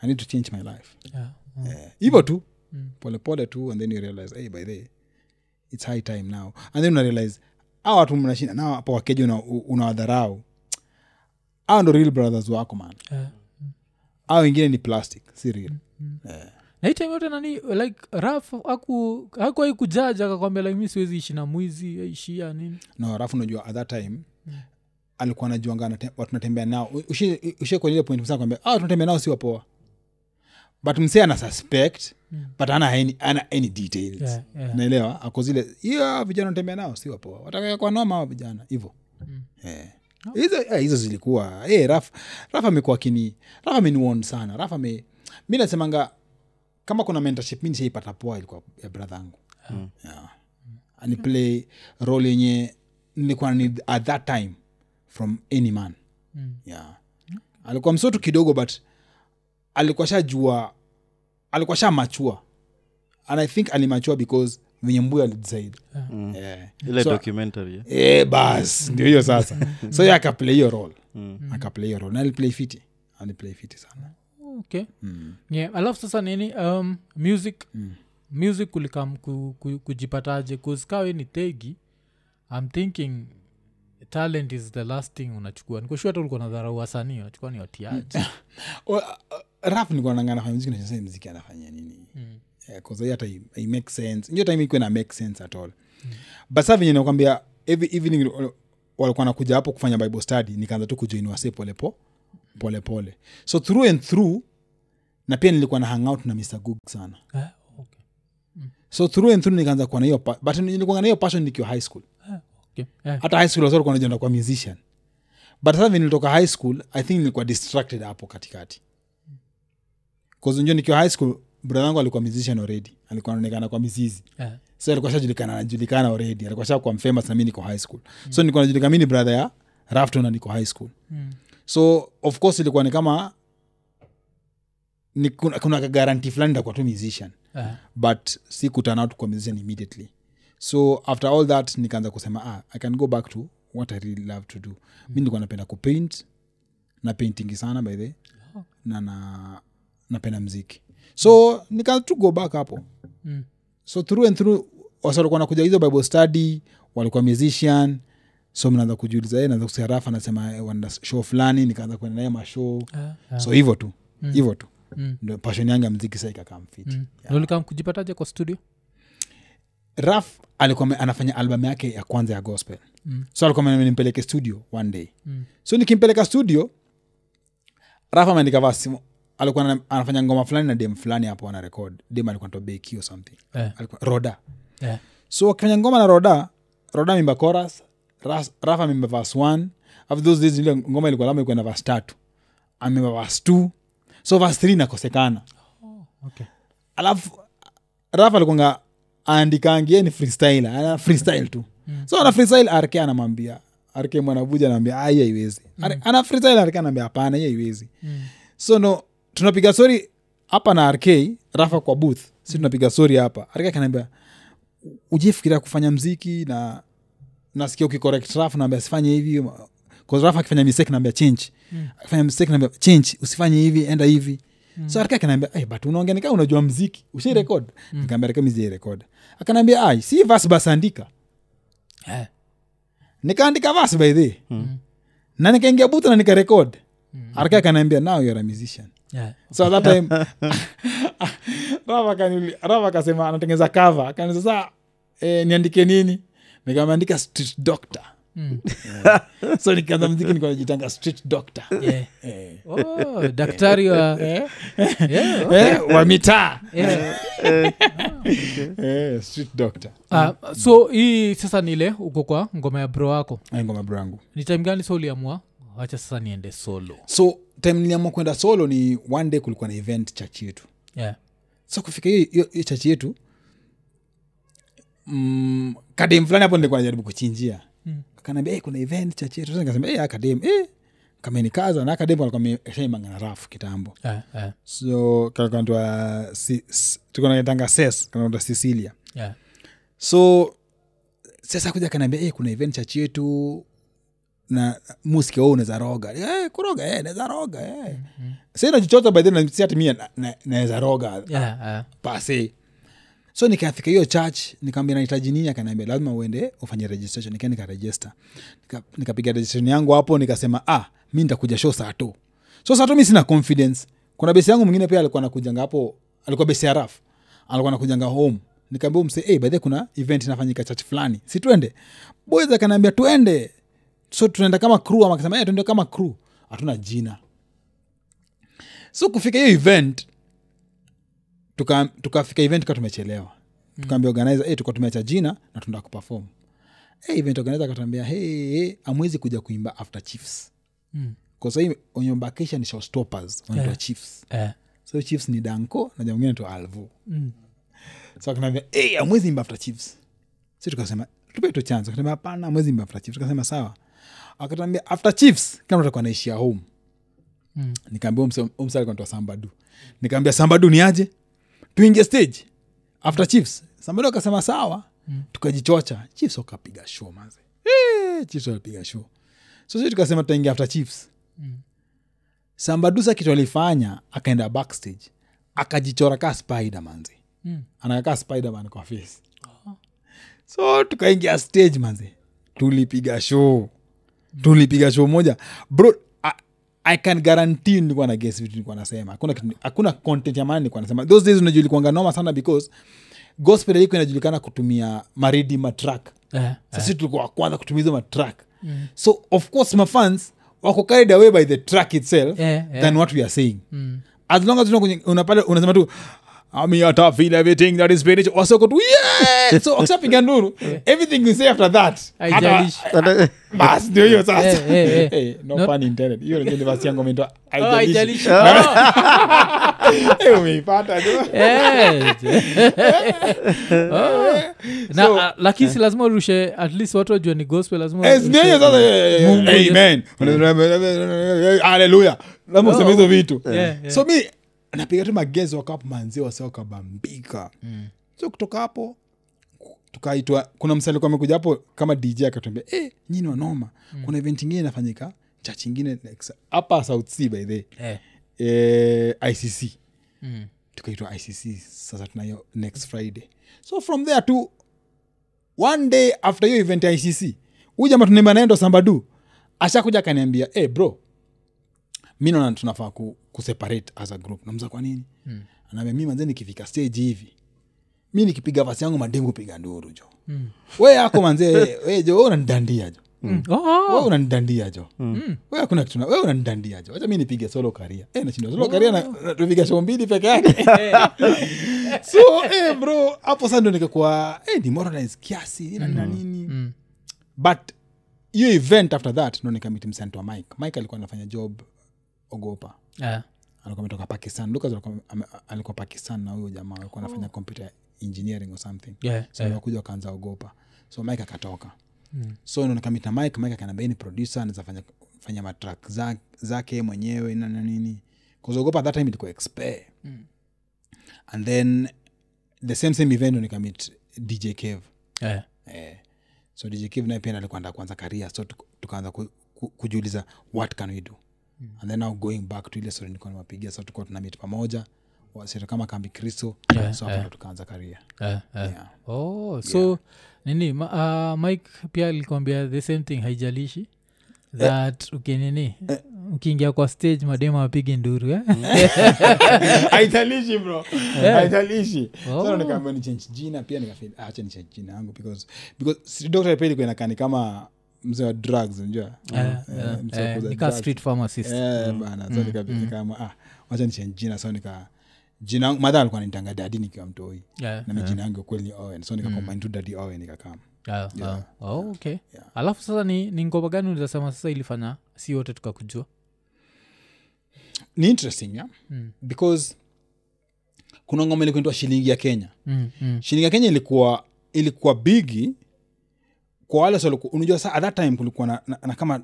i need to change my life
Yeah. Mm.
Eh, hivyo tu polepole tu and then you realize hey, by the way, its high time now and then una realize a watu mnashinda nao hapo wakeja una- u- unawadharau hao ndo real brothers wako man
Yeah.
au wengine ni plastic si real
na hii time yote nani like raf akuwai kujaja akakwambia like mi siwezi ishi na mwizi aishia nini
no alafu unajua at that time alikuwa anajuanga anate- watu natembea nao U- ushi- ushi kwenye ile point msa kwambia ah, tunatembea nao si wapoa but msee ana suspect but ana any, ana any details
Mm. Yeah, yeah.
naelewa ako zile hiyo vijana natembea nao si wapoa watakae kwa noma hao vijana hivo
Mm.
hizo eh, hizo zilikuwa eh, raf raf amekuwa kini raf ameniwon sana raf ame mi nasemanga kama kuna mentorship mi nishaipata poa ilikuwa ya brother yangu ani play role yenye nilikuwa ni at that time from any man
Mm.
yeah. alikuwa msoto kidogo but alikuwa shajua alikuwa sha machua and i think alimachua because venye mbuyo alidecide yeah.
ile
So-
documentary eh?
Eh, bas ndio hiyo sasa so ye akaplay hiyo role akaplay hiyo role na aliplay fiti aliplay fiti sana
okay mm. yeah. alafu sasa nini um, music mm. music kulikam ku, ku, kujipataje kuzikawe ni tegi im thinking talent is the last thing unachukua nikushua hata ulikuwa na dharau wasanii unachukua ni *laughs* watiaji
O, uh, raf nikuwa nanga nafanya mziki nasasa mziki anafanya nini
Mm.
Eh, 'cause hii hata i- i make sense njo time ikuwe na make sense at all
Mm.
but saa venye nakwambia every evening wal- walikuwa nakuja hapo kufanya bible study nikaanza tu kujoin wase polepo polepole so through and through na pia nilikuwa na hangout na mr gug sana
Eh, okay. Mm.
so through and through nikaanza kuwa na hiyo pa- but nilikuwa na hiyo passion nikiwa high school
Okay. Eh,
hata high school wasa walikuwa najenda kwa musician but sasa vile nilitoka high school i think nilikuwa distracted hapo katikati kuzunjua nikiwa high school brother yangu alikuwa musician already alikuwa anaonekana kwa mizizi
eh,
so alikuwa shajulikana anajulikana already alikuwa shakuwa mfamous na mi niko high school so nilikuwa najulikana mi ni brother ya rafton na niko high school
Mm.
so of course ilikuwa ni kama ni kuna, kuna garanti fulani nitakuwa tu musician
eh,
but si kutana out kwa musician immediately so after all that nikaanza kusema ah, i can go back to what i really love to do mm. mi nilikuwa napenda kupaint na painting sana by the
Oh.
na, na napenda mziki so nikaanza tu go back hapo
Mm.
so through and through wasa walikuwa nakuja hizo bible study walikuwa musician so mnaanza kujiuliza eh, naanza kusikia rafa anasema eh, wana show fulani nikaanza kuenda naye mashow
eh, eh.
so hivyo tu hivyo tu
Mm.
ndo passion yangu ya mziki sa ikakaa mfiti
Na ulikam kujipataje kwa studio
raf alikuwa ame- anafanya albamu yake ya kwanza ya gospel
Mm.
so alikuwa ame- nimpeleke studio one day mm. so nikimpeleka studio raf ameandika vasi alikuwa ana- anafanya ngoma fulani na dem fulani hapo ana record dem alikuwa anaitwa beki or something
Eh.
alikuwa roda
Eh.
so wakifanya ngoma na roda roda mimba coras rafa mimba vas one after those days ile ngoma ilikuwa lama ilikuwa na vas tatu amimba vas two so vas three inakosekana
Oh, okay.
alafu rafa alikwanga aandikangie ni freestyle ana freestyle tu mm. so ana freestyle rk anamwambia rk mwanavuja anaambia ai haiwezi mm. ana freestyle rk anaambia hapana hiyo haiwezi mm. so no tunapiga sori hapa na rk rafa kwa booth si tunapiga sori hapa rk kanaambia ujefikiria kufanya mziki na nasikia ukicorrect raf naambia sifanye hivi Cause Rafa akifanya mistake naambia change akifanya mistake naambia change usifanye hivi enda hivi so arika kanaambia hey, 'Eh, but unaongea nikaa unajua mziki ushairekod mm. nikaambia reka mizairekod akanaambia ai si vas bas andika
Eh.
nikaandika vas by the mm. na nikaingia buta na nikarekod mm. arika akanaambia now youare a musician
Yeah.
so at that time *laughs* Rafa akaniuli- Rafa akasema anatengeza kava akani sasa eh, niandike nini nikameandika street doctor
Mm.
*laughs* so nikaanza mziki nikanajitanga street doctor
*laughs* Yeah.
eh.
Oh, daktari wa *laughs* eh? Yeah, okay.
*laughs* eh, wa mitaa
Yeah.
eh, street doctor
Ah, so hii sasa nile uko kwa ngoma ya bro wako
Hayo ngoma brangu
ni time gani so uliamua wacha sasa niende solo
so time niliamua kwenda solo ni one day kulikuwa na event chachi yetu
yeah.
so kufika hiyo- hiyo hiyo chachi yetu mm, kadem fulani hapo nilikuwa najaribu kuchinjia mm. kanaambia hey, kuna event chachi yetu Sasa nikasema "Eh, hey, kadem hey. kamenikaza na kadem alikuwa shaimangana rafu kitambo
Yeah, yeah,
so kakantwa tukonatanga ses kanata cecilia
yeah.
so sasa kuja kanaambia hey, "Eh, kuna event chachi yetu na muske oh, unaweza roga hey, kuroga hey, naweza roga hey. mm-hmm. sinajichota badhsiatimia naweza roga
Yeah, yeah.
pase so nikafika hiyo church nikaambia nahitaji nini akaniambia lazima uende ufanye registration nikaa nikarejista Nika- nikapiga registration yangu hapo nikasema ah mi nitakuja show saa tu so saa tu mi sina confidence kuna besi yangu mwingine pia alikuwa nakujanga hapo alikuwa besi ya raf alikuwa nakujanga home nikaambia mse eh, hey, bahe kuna event inafanyika church fulani si twende boys akaniambia tuende so tunaenda kama crew ama akasema hey, tuende kama crew hatuna jina so kufika hiyo event tukafika tuka tukafika event tuka tumechelewa tukaambia organizer hey, tuka tumeacha jina na tunaenda kuperform hey, event organizer akatuambia hey, hey, amwezi kuja kuimba after chiefs
Mm.
kwa sahii onyembakisha ni showstoppers wanaitwa
Yeah.
chiefs
Yeah.
so chiefs ni danko na jamaa mwingine tu alvo
Mm.
so akanaambia hey, amwezi imba after chiefs si tukasema tupe tu chance akasema hapana amwezi imba after chiefs tukasema sawa akatuambia after chiefs kila mtu atakuwa anaishia home
Mm.
nikaambia umsa alikuwa natoa sambadu nikaambia sambadu ni aje tuingie stage after chiefs sambadu akasema sawa mm. tukajichocha chiefs wakapiga show maze Eh, chiefs walipiga show so sisi tukasema tutaingia after chiefs
Mm.
sambadusa kitu alifanya akaenda backstage akajichora kaa spider manze
Mm.
anakaa spiderman kwa face so tukaingia stage manze tulipiga show tulipiga show moja bro I, i can guarantee nilikuwa na guess vitu nilikuwa nasema hakuna kitu- hakuna content ya maana nilikuwa nasema those days unajulikwanga noma sana because gospel ilikuwa inajulikana kutumia maridi matrack
Yeah,
sasi tulikuwa wa kwanza kutumia hizo matrack mm. so of course mafans wako carried away by the track itself
Yeah, yeah.
than what we are saying mm. as long as una kwenye- unapale unasema tu "Ami ata feel everything that is spiritual." wasoko tu
*laughs*
yeah! so wakishapiga nduru everything you say after that
Eh. Haijalishi.
Ata- *laughs*
bas ndio hiyo sasa
Eh, eh,
*laughs*
eh.
Eh, no
Not-
pun intended. hiyo ndio basi yangu imeitwa
Oh,
haijalishi *laughs*
haijalishi. Oh.
Eh, umeipata tu
Eh. Oh. na
So-
ah, lakini si lazima urushe at least watu wajua ni gospel lazima
Eh, si ndio hiyo sasa, eh, eh,
Mungu ndiye-
amen. Hallelujah. Lazima useme hizo vitu
Yeah, yeah.
so mi napiga tu magezo wakapo manzi wase wakabambika
Mm.
so kutoka hapo tukaitwa kuna msali alikuwa amekuja hapo kama dj akatuambia eh, nyini wanoma
Mm.
kuna event ingine inafanyika chachi ingine next- hapa south sea by the
Eh.
eh, icc
Mm.
tukaitwa icc sasa tunayo next friday so from there tu one day after hiyo event ya icc huyu jama tunaimba naye ndo sambadu ashakuja akaniambia hey, bro mi naona tunafaa ku, kuseparate as a group namza kwa nini mm. anaambia mi manze nikifika stage hivi mi nikipiga vasi yangu mademu kupiga nduru jo we yako *laughs* manzee we jo we unanidandia jo
Oh,
we unanidandia jo we hakuna kitu na- we unanidandia jo wacha mi nipige solo karia e, nashinda solo karia na- na- tupiga show mbili peke yake *laughs*
Eh,
so eh, bro hapo saa ndo nikakuwa eh, demoralize kiasi na na nini
Mm. Hmm.
but hiyo event after that ndo nikamiti msent wa mike mike alikuwa anafanya job ogopa
Ah,
alikuwa ametoka pakistan lukas alikuwa ame- alikuwa pakistan na huyo jamaa alikuwa anafanya computer engineering or something *laughs* so
eh,
wakuja wakaanza ogopa so mike akatoka
Hmm.
mm. so nikamitna mike mike akanambia "Hii ni producer anaweza fanya, fanya matrak zake, zake mwenyewe na na nini kuzogopa that time ilikuwa expe
Hmm.
mm. and then the same same event ndo nikamit dj cave eh. so dj cave naye pia ndo alikuwa anataka kuanza karia so tuka- tukaanza ku, ku, kujiuliza what can we do
Hmm.
mm. and then now going back to ile story nilikuwa nimewapigia so tukuwa tunamit pamoja wasitu kama kambi kristo
Yeah,
so hapo ndo tukaanza karia yeah.
eh, oh so nini ma, uh, mike pia alikwambia the same thing
Eh.
haijalishi that ukinini ukiingia kwa stage madema apige nduru eh?
Mm.
*laughs*
*laughs* haitalishi bro haitalishi
Oh.
so nikaambia ni change jina pia nikafeel ah, acha ni change jina yangu because because si dr pia ilikuwa inakaa ni kama mzee wa drugs unajua
Eh,
Eh,
eh,
mzee wa
eh,
kuuza
ni ka
drugs.
street Mm. pharmacist
Eh, bana so nika- nikaamua, ah wacha ni change jina so nika jina yangu- madha alikuwa nitanga dadi nikiwa mtoi
Yeah, Mm.
na mi jina yangu kweli ni owen so nikacombine tu dadi owen ikakama
yeah, yeah. Oh, okay alafu sasa ni, ni ngoma gani ulizasema sasa ilifanya si wote tukakujua
ni interesting yeah? mm. because kuna ngoma ilikuwa inaitwa shilingi ya kenya
mm, mm.
shilingi ya kenya ilikuwa ilikuwa bigi kwa wale wasi waliku- unajua sa at that time kulikuwa na, na, na kama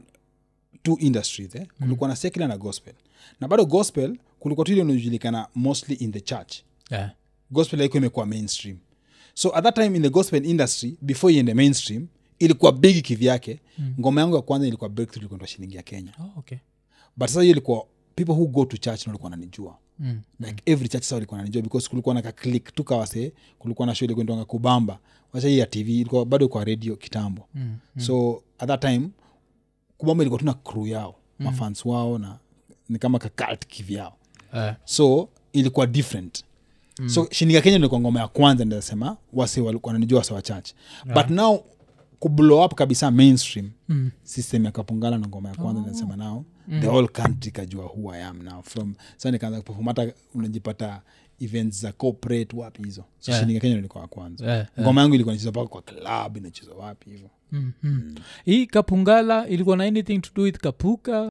two industries eh? kulikuwa na secular na gospel na bado gospel kulikuwa tu ile inayojulikana mostly in the church
Yeah.
gospel haikuwa imekuwa mainstream so at that time in the gospel industry before iende mainstream ilikuwa bigi kivyake mm. ngoma yangu ya kwanza ilikuwa breakthrough ilikuwa inaitwa shilingi ya kenya
Oh, okay.
but sasa hiyo ilikuwa people who go to church ndo walikuwa wananijua
Mm.
like every church sasa walikuwa wananijua because kulikuwa na kaklik tu kawase kulikuwa na shule kwendanga kubamba wacha hii ya tv ilikuwa bado kwa radio kitambo mm, mm. so at that time kubamba ilikuwa tuna crew yao mm. mafans wao na ni kama kakalt kivyao
Eh,
so ilikuwa different mm. so shininga kenya nilikuwa ngoma ya kwanza ndasema wase walikuwa wananijua wase wachache yeah. but now kublow up kabisa mainstream mm. system yakapungana na ngoma ya kwanza oh. nasema nao mm. the whole country kajua who i am now from sa nikaanza kuperform hata unajipata events za corporate wapi hizo so
Yeah.
yeah. shininga kenya nilikuwa wa kwanza
Yeah,
ngoma yangu ilikuwa nacheza mpaka kwa club inachezwa wapi hivo Mm.
mm, mm. hii kapungala ilikuwa na anything to do with kapuka